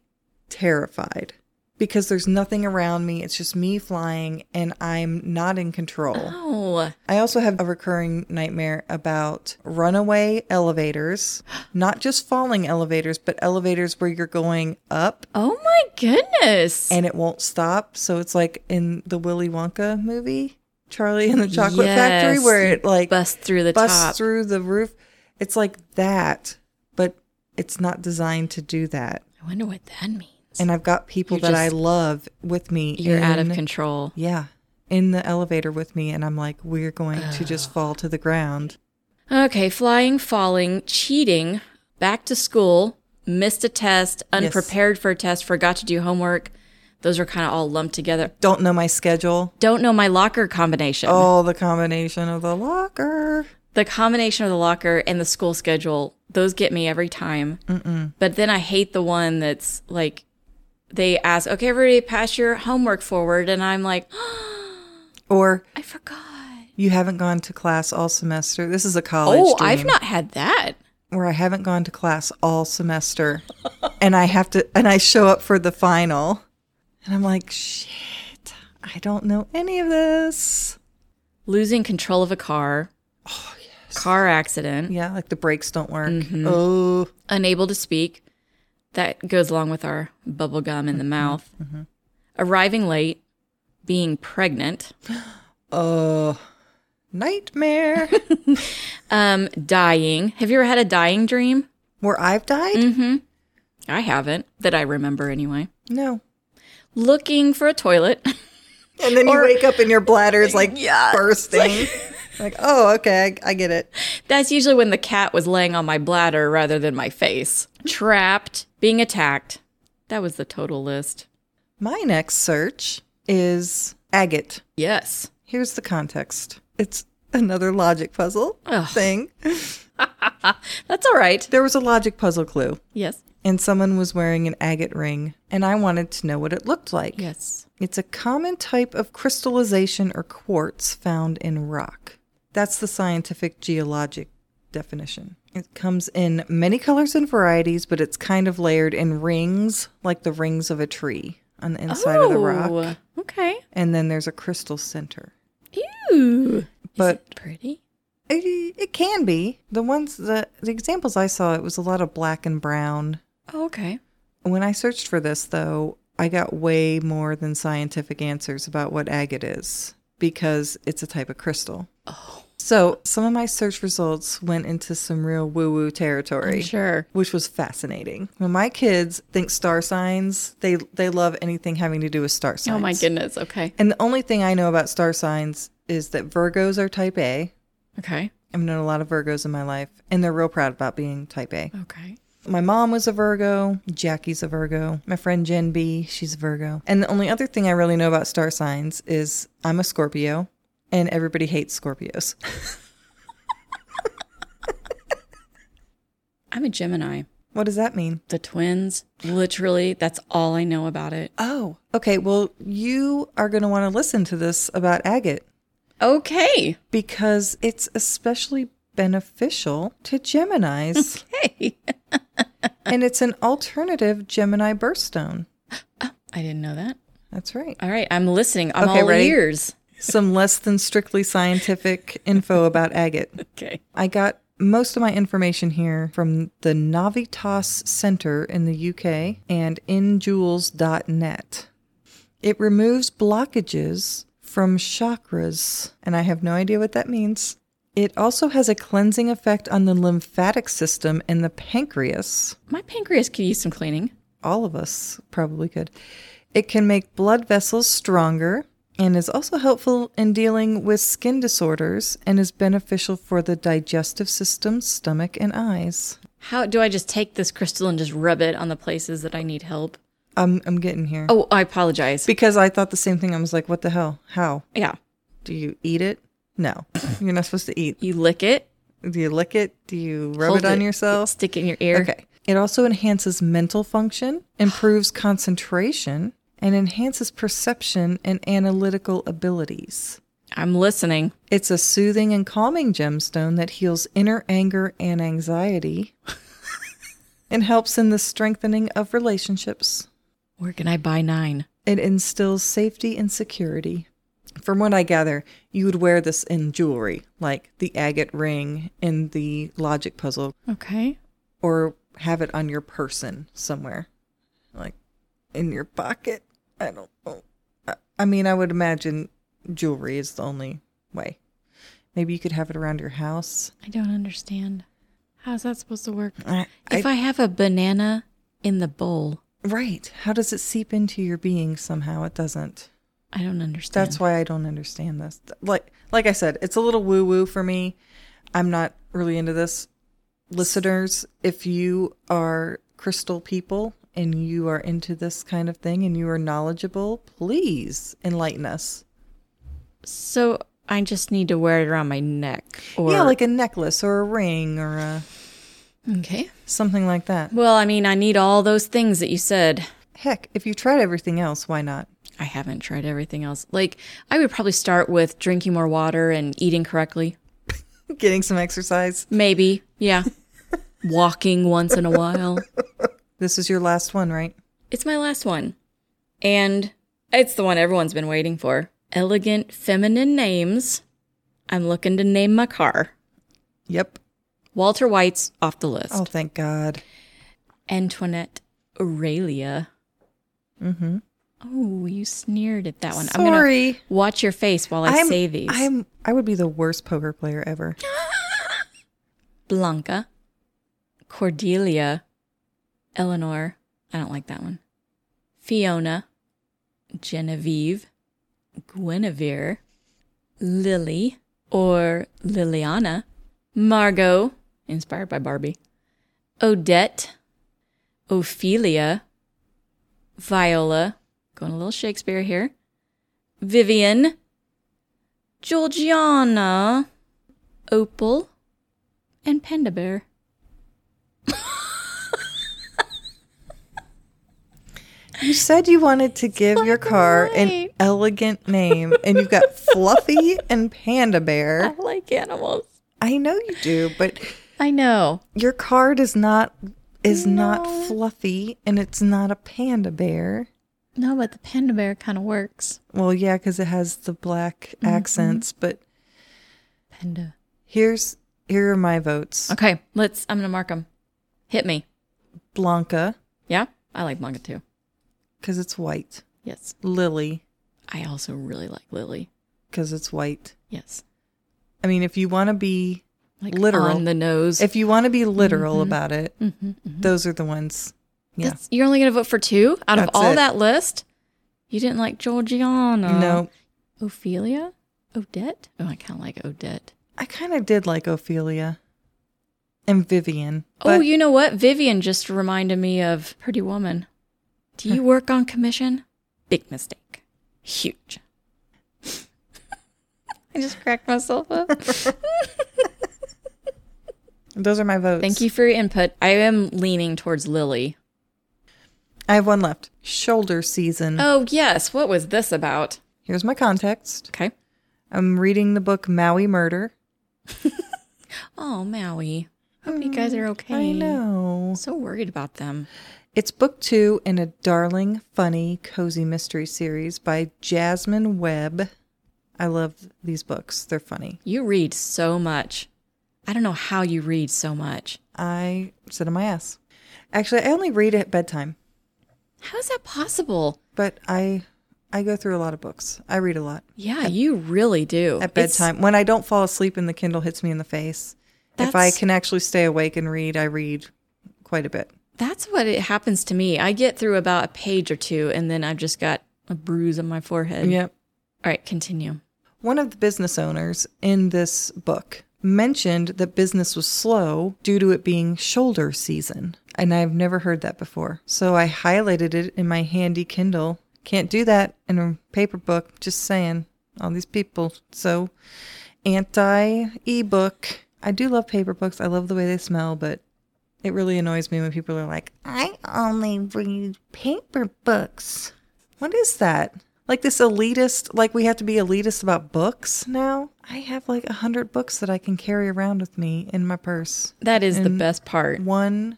S1: terrified because there's nothing around me, it's just me flying, and I'm not in control.
S2: Oh,
S1: I also have a recurring nightmare about runaway elevators, not just falling elevators, but elevators where you're going up
S2: oh my goodness.
S1: and it won't stop. So it's like in the Willy Wonka movie, Charlie and the Chocolate Factory,
S2: Yes,
S1: where it like
S2: bust through the
S1: busts
S2: top.
S1: through the roof. It's like that, but it's not designed to do that.
S2: I wonder what that means.
S1: And I've got people
S2: You're
S1: that I
S2: just-
S1: love with me.
S2: You're out of
S1: in-
S2: control.
S1: Yeah. In the elevator with me, and I'm like, we're going to just fall to the ground.
S2: Okay, flying, falling, cheating, back to school, missed a test, unprepared for a test, forgot to do homework. Those are kind of all lumped together.
S1: Don't know my schedule.
S2: Don't know my locker combination.
S1: Oh, the combination of the locker.
S2: The combination of the locker and the school schedule, those get me every time. But then I hate the one that's like, they ask, okay, everybody pass your homework forward. And I'm like,
S1: Or
S2: I forgot.
S1: you haven't gone to class all semester. This is a college
S2: Oh,
S1: dream
S2: I've not had that.
S1: where I haven't gone to class all semester, and I have to, and I show up for the final, and I'm like, shit, I don't know any of this.
S2: Losing control of a car. Car accident.
S1: Yeah, like the brakes don't work. Oh,
S2: unable to speak. That goes along with our bubble gum
S1: Mm-hmm.
S2: in the mouth. Arriving late, being pregnant,
S1: oh, nightmare.
S2: um, dying. Have you ever had a dying dream?
S1: where I've died?
S2: I haven't, that I remember anyway.
S1: No.
S2: Looking for a toilet.
S1: And then you wake up and your bladder is like bursting. like, oh, okay, I, I get it.
S2: That's usually when the cat was laying on my bladder rather than my face. Trapped, being attacked. That was the total list.
S1: My next search is agate.
S2: Yes.
S1: Here's the context. It's another logic puzzle thing.
S2: That's all right.
S1: There was a logic puzzle clue,
S2: Yes.
S1: and someone was wearing an agate ring, and I wanted to know what it looked like.
S2: Yes.
S1: It's a common type of crystallization or quartz found in rock. That's the scientific geologic definition. It comes in many colors and varieties, but it's kind of layered in rings, like the rings of a tree on the inside of the rock.
S2: Oh, Okay.
S1: And then there's a crystal center.
S2: Ooh.
S1: But-
S2: Is it pretty?
S1: It, it can be. The ones the the examples I saw, it was a lot of black and brown.
S2: Oh, okay.
S1: When I searched for this though, I got way more than scientific answers about what agate is because it's a type of crystal.
S2: Oh.
S1: So some of my search results went into some real woo-woo territory.
S2: Sure.
S1: Which was fascinating. When my kids think star signs, they they love anything having to do with star signs.
S2: Oh my goodness. Okay.
S1: And the only thing I know about star signs is that Virgos are type A.
S2: Okay.
S1: I've known a lot of Virgos in my life, and they're real proud about being type A.
S2: Okay.
S1: My mom was a Virgo. Jackie's a Virgo. My friend Jen B, she's a Virgo. And the only other thing I really know about star signs is I'm a Scorpio, and everybody hates Scorpios.
S2: I'm a Gemini.
S1: what does that mean?
S2: The twins, literally, that's all I know about it.
S1: Oh, okay. Well, you are going to want to listen to this about agate
S2: Okay.
S1: because it's especially beneficial to Geminis,
S2: Hey.
S1: and it's an alternative Gemini birthstone.
S2: I didn't know that.
S1: That's right.
S2: All right. I'm listening. I'm
S1: Okay,
S2: all
S1: ready?
S2: ears.
S1: Some less than strictly scientific info about agate.
S2: Okay.
S1: I got most of my information here from the Navitas Center in the UK and injules.net. It removes blockages from chakras, and I have no idea what that means. It also has a cleansing effect on the lymphatic system and the pancreas.
S2: My pancreas could use some cleaning.
S1: All of us probably could. It can make blood vessels stronger and is also helpful in dealing with skin disorders and is beneficial for the digestive system, stomach, and eyes.
S2: How do I just take this crystal and just rub it on the places that I need help?
S1: I'm, I'm getting here.
S2: Oh, I apologize.
S1: Because I thought the same thing. I was like, what the hell? How?
S2: yeah.
S1: Do you eat it? No. You're not supposed to eat.
S2: You lick it,
S1: Do you lick it? Do you rub
S2: hold
S1: it on yourself?
S2: stick it in your ear.
S1: Okay. It also enhances mental function, improves concentration, and enhances perception and analytical abilities.
S2: I'm listening.
S1: It's a soothing and calming gemstone that heals inner anger and anxiety and helps in the strengthening of relationships.
S2: Where can I buy nine?
S1: It instills safety and security. From what I gather, you would wear this in jewelry, like the agate ring in the logic puzzle,
S2: Okay.
S1: or have it on your person somewhere, like in your pocket. I don't know. I, I mean, I would imagine jewelry is the only way. Maybe you could have it around your house.
S2: I don't understand. How's that supposed to work?
S1: I,
S2: Uh, If I, have a banana in the bowl,
S1: right. How does it seep into your being somehow? It doesn't.
S2: I don't understand.
S1: That's why I don't understand this. Like like I said, it's a little woo woo for me. I'm not really into this. Listeners, if you are crystal people and you are into this kind of thing and you are knowledgeable, please enlighten us.
S2: so I just need to wear it around my neck or
S1: yeah, like a necklace or a ring or a,
S2: Okay.
S1: something like that.
S2: Well, I mean, I need all those things that you said.
S1: Heck, if you tried everything else, why not?
S2: I haven't tried everything else. Like, I would probably start with drinking more water and eating correctly.
S1: Getting some exercise.
S2: Maybe. Yeah. Walking once in a while.
S1: This is your last one, right?
S2: It's my last one. And it's the one everyone's been waiting for. Elegant feminine names. I'm looking to name my car.
S1: Yep.
S2: Walter White's off the list.
S1: Oh, thank God.
S2: Antoinette Aurelia. Mm-hmm. Oh, you sneered at that one. I'm
S1: Sorry.
S2: gonna watch your face while I say these.
S1: I'm I would be the worst poker player ever.
S2: Blanca, Cordelia, Eleanor. I don't like that one. Fiona, Genevieve, Guinevere, Lily or Liliana, Margot, inspired by Barbie, Odette, Ophelia, Viola, going a little Shakespeare here, Vivian, Georgiana, Opal, and Panda Bear.
S1: You said you wanted to give your car an
S2: right.
S1: elegant name, and you've got Fluffy and Panda Bear.
S2: I like animals.
S1: I know you do, but
S2: I know.
S1: your car does not is not fluffy, and it's not a panda bear.
S2: No, but the panda bear kind of works.
S1: Well, yeah, because it has the black
S2: Mm-hmm.
S1: accents. But
S2: Panda.
S1: here's here are my votes:
S2: Okay, let's. I'm gonna mark them. Hit me.
S1: Blanca,
S2: Yeah, I like Blanca too.
S1: because it's white;
S2: Yes,
S1: Lily,
S2: I also really like Lily.
S1: because it's white;
S2: Yes,
S1: I mean, if you want to be
S2: like
S1: Literal.
S2: on the nose.
S1: if you want to be literal
S2: Mm-hmm.
S1: about it, those are the ones. Yeah.
S2: That's- you're only going to vote for two out of
S1: That's
S2: all
S1: it.
S2: that list. You didn't like Georgiana.
S1: no,
S2: Ophelia? Odette? Oh, I kind of like Odette.
S1: I kind of did like Ophelia and Vivian.
S2: oh,
S1: but-
S2: you know what? Vivian just reminded me of Pretty Woman. Do you work on commission? Big mistake. Huge. I just cracked myself up.
S1: those are my votes.
S2: Thank you for your input. I am leaning towards Lily.
S1: I have one left. Shoulder season.
S2: Oh, yes. What was this about?
S1: Here's my context.
S2: Okay.
S1: I'm reading the book Maui Murder.
S2: Oh, Maui. Hope you guys are
S1: Hmm,
S2: okay.
S1: I know.
S2: I'm so worried about them.
S1: It's book two in a darling, funny, cozy mystery series by Jasmine Webb. I love these books. They're funny.
S2: You read so much. I don't know how you read so much.
S1: I sit on my ass. Actually, I only read at bedtime,
S2: How is that possible?
S1: but I I go through a lot of books. I read a lot
S2: Yeah, you really do.
S1: at
S2: It's-
S1: bedtime. when I don't fall asleep and the Kindle hits me in the face, if I
S2: That's-
S1: can actually stay awake and read, I read quite a bit.
S2: That's what it happens to me. I get through about a page or two and then I've just got a bruise on my forehead.
S1: Yep.
S2: All right, continue.
S1: One of the business owners in this book mentioned that business was slow due to it being shoulder season. And I've never heard that before. So I highlighted it in my handy Kindle. Can't do that in a paper book, just saying. All these people. So anti ebook. I do love paper books. I love the way they smell, but it really annoys me when people are like, I only read paper books. What is that? Like this elitist, like we have to be elitist about books now? I have like a hundred books that I can carry around with me in my purse.
S2: That is the best part.
S1: One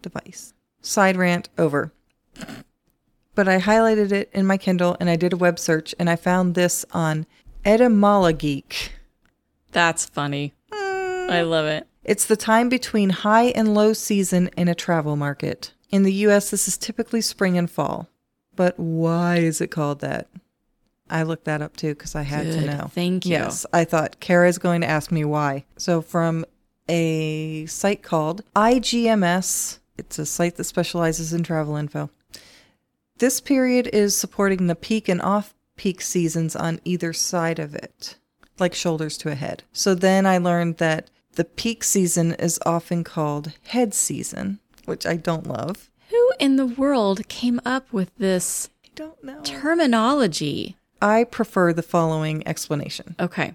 S1: device. Side rant over. But I highlighted it in my Kindle and I did a web search and I found this on Etymologeek.
S2: That's funny. I love it.
S1: It's the time between high and low season in a travel market. In the US, this is typically spring and fall. But why is it called that? I looked that up too because I had to
S2: Good.
S1: know.
S2: Thank you.
S1: Yes, I thought Kara's going to ask me why. So, from a site called IGMS, it's a site that specializes in travel info. This period is supporting the peak and off peak seasons on either side of it, like shoulders to a head. So then I learned that the peak season is often called head season, which I don't love.
S2: Who in the world came up with this
S1: I don't know.
S2: terminology?
S1: I prefer the following explanation.
S2: Okay.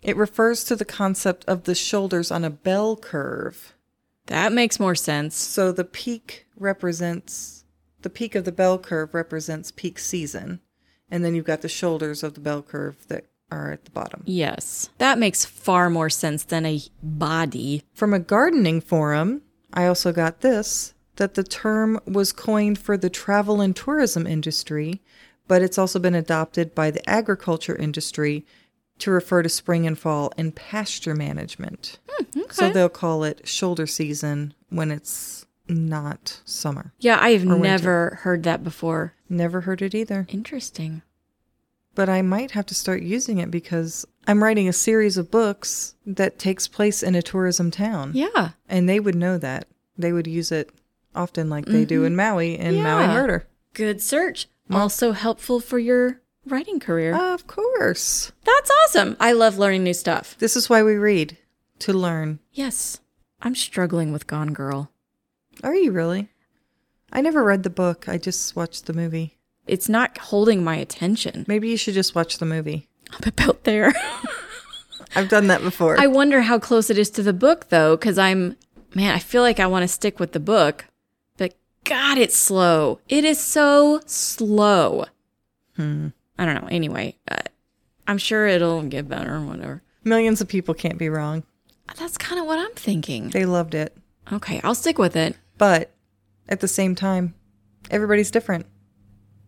S1: It refers to the concept of the shoulders on a bell curve.
S2: That makes more sense.
S1: So the peak represents the peak of the bell curve represents peak season, and then you've got the shoulders of the bell curve that are at the bottom.
S2: Yes. That makes far more sense than a body.
S1: From a gardening forum, I also got this that the term was coined for the travel and tourism industry, but it's also been adopted by the agriculture industry to refer to spring and fall and pasture management. So they'll call it shoulder season when it's not summer.
S2: Yeah, I have never heard that before.
S1: Never heard it either.
S2: Interesting.
S1: but I might have to start using it because I'm writing a series of books that takes place in a tourism town.
S2: Yeah.
S1: And they would know that. They would use it often like they do in Maui in Maui
S2: Yeah.
S1: Murder.
S2: Good search. Also helpful for your writing career.
S1: of course.
S2: That's awesome. I love learning new stuff.
S1: This is why we read to learn.
S2: Yes. I'm struggling with Gone Girl.
S1: Are you really? I never read the book. I just watched the movie.
S2: It's not holding my attention.
S1: Maybe you should just watch the movie.
S2: I'm about there.
S1: I've done that before.
S2: I wonder how close it is to the book, though, because I'm, man, I feel like I want to stick with the book, but God, it's slow. It is so slow. I don't know. Anyway, uh, I'm sure it'll get better or whatever.
S1: Millions of people can't be wrong.
S2: That's kind of what I'm thinking.
S1: They loved it.
S2: Okay, I'll stick with it.
S1: But at the same time, everybody's different.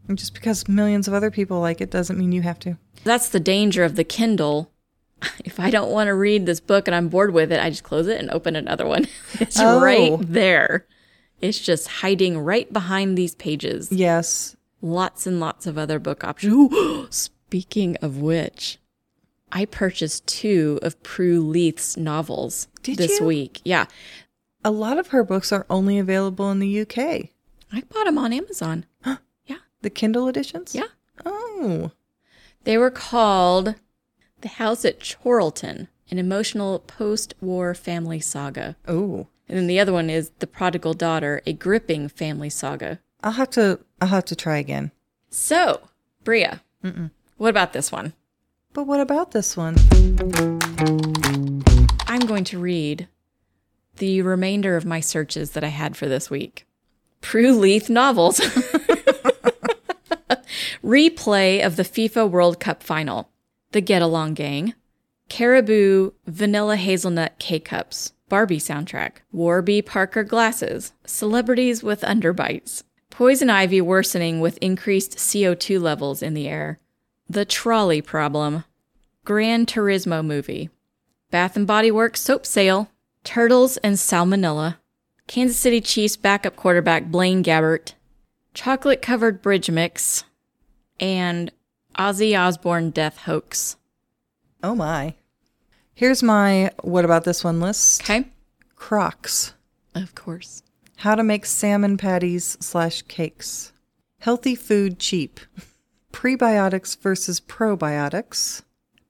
S1: And just because millions of other people like it doesn't mean you have to.
S2: That's the danger of the Kindle. If I don't want to read this book and I'm bored with it, I just close it and open another one. It's
S1: Oh.
S2: right there. It's just hiding right behind these pages.
S1: Yes.
S2: Lots and lots of other book options. Ooh, speaking of which, I purchased two of Prue Leith's novels
S1: Did
S2: this
S1: you?
S2: week. Yeah.
S1: A lot of her books are only available in the UK.
S2: I bought them on Amazon. yeah.
S1: The Kindle editions?
S2: Yeah.
S1: Oh.
S2: They were called The House at Chorlton, an emotional post war family saga.
S1: Oh.
S2: And then the other one is The Prodigal Daughter, a gripping family saga.
S1: I'll have to I'll have to try again.
S2: So, Bria, what about this one?
S1: But what about this one?
S2: I'm going to read the remainder of my searches that I had for this week. Prue Leith novels. Replay of the FIFA World Cup final. The Get Along Gang. Caribou Vanilla Hazelnut K Cups. Barbie soundtrack. Warby Parker glasses. Celebrities with underbites. Poison ivy worsening with increased CO2 levels in the air. The trolley problem. Gran Turismo movie. Bath and Body Works soap sale, turtles and salmonella, Kansas City Chiefs backup quarterback Blaine Gabbert, chocolate covered bridge mix, and Ozzy Osbourne death hoax.
S1: Oh my. Here's my what about this one list.
S2: Okay,
S1: Crocs.
S2: of course.
S1: How to make salmon patties slash cakes. Healthy food cheap. Prebiotics versus probiotics.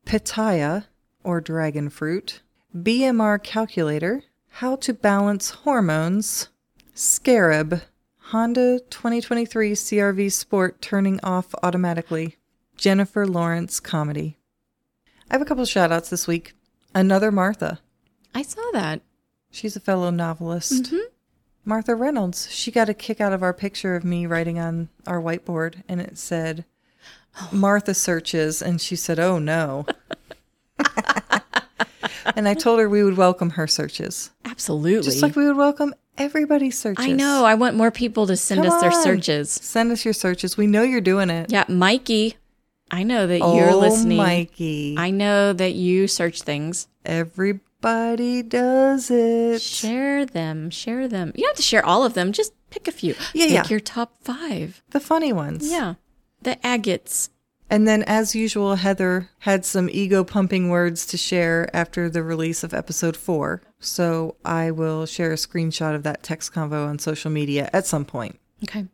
S1: Pitaya or dragon fruit. BMR calculator. How to balance hormones. Scarab. Honda 2023 CRV Sport turning off automatically. Jennifer Lawrence comedy. I have a couple shout outs this week. Another Martha.
S2: I saw that.
S1: She's a fellow novelist.
S2: Mm-hmm.
S1: Martha Reynolds. She got a kick out of our picture of me writing on our whiteboard, and it said,
S2: Oh.
S1: Martha searches. And she said, Oh no. and I told her we would welcome her searches,
S2: Absolutely.
S1: just like we would welcome everybody's searches.
S2: I know. I want more people to send
S1: Come
S2: us their
S1: on.
S2: searches.
S1: Send us your searches. We know you're doing it.
S2: Yeah, Mikey, I know that you're
S1: oh,
S2: listening.
S1: Mikey.
S2: I know that you search things.
S1: Everybody does it.
S2: Share them. Share them. You don't have to share all of them. Just pick a few.
S1: Yeah,
S2: pick
S1: yeah.
S2: your top five.
S1: The funny ones.
S2: Yeah. The agates.
S1: And then, as usual, Heather had some ego pumping words to share after the release of episode four. So I will share a screenshot of that text convo on social media at some point.
S2: Okay.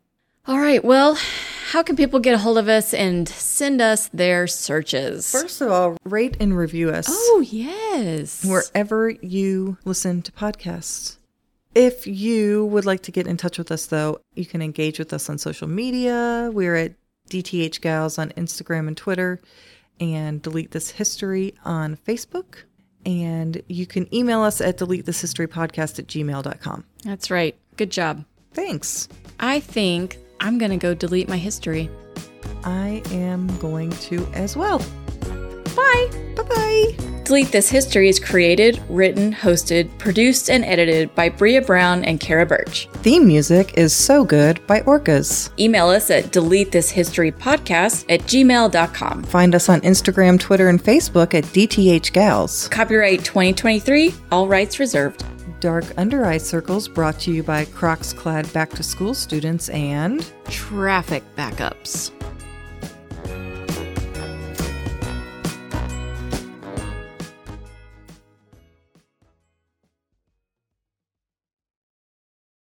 S2: All right. Well, how can people get a hold of us and send us their searches?
S1: First of all, rate and review us
S2: oh, yes.
S1: wherever you listen to podcasts. If you would like to get in touch with us, though, you can engage with us on social media. We're at DTH Gals on Instagram and Twitter, and Delete This History on Facebook. And you can email us at delete this history podcast at gmail.com.
S2: That's right. Good job.
S1: Thanks.
S2: I think I'm going to go delete my history.
S1: I am going to as well.
S2: Bye.
S1: Bye bye.
S2: Delete This History is created, written, hosted, produced, and edited by Bria Brown and Kara Birch.
S1: Theme music is So Good by Orcas.
S2: Email us at deletethishistorypodcast at gmail.com.
S1: Find us on Instagram, Twitter, and Facebook at DTH Gals.
S2: Copyright 2023, all rights reserved.
S1: Dark Under Eye Circles brought to you by Crocs clad back to school students and
S2: Traffic backups.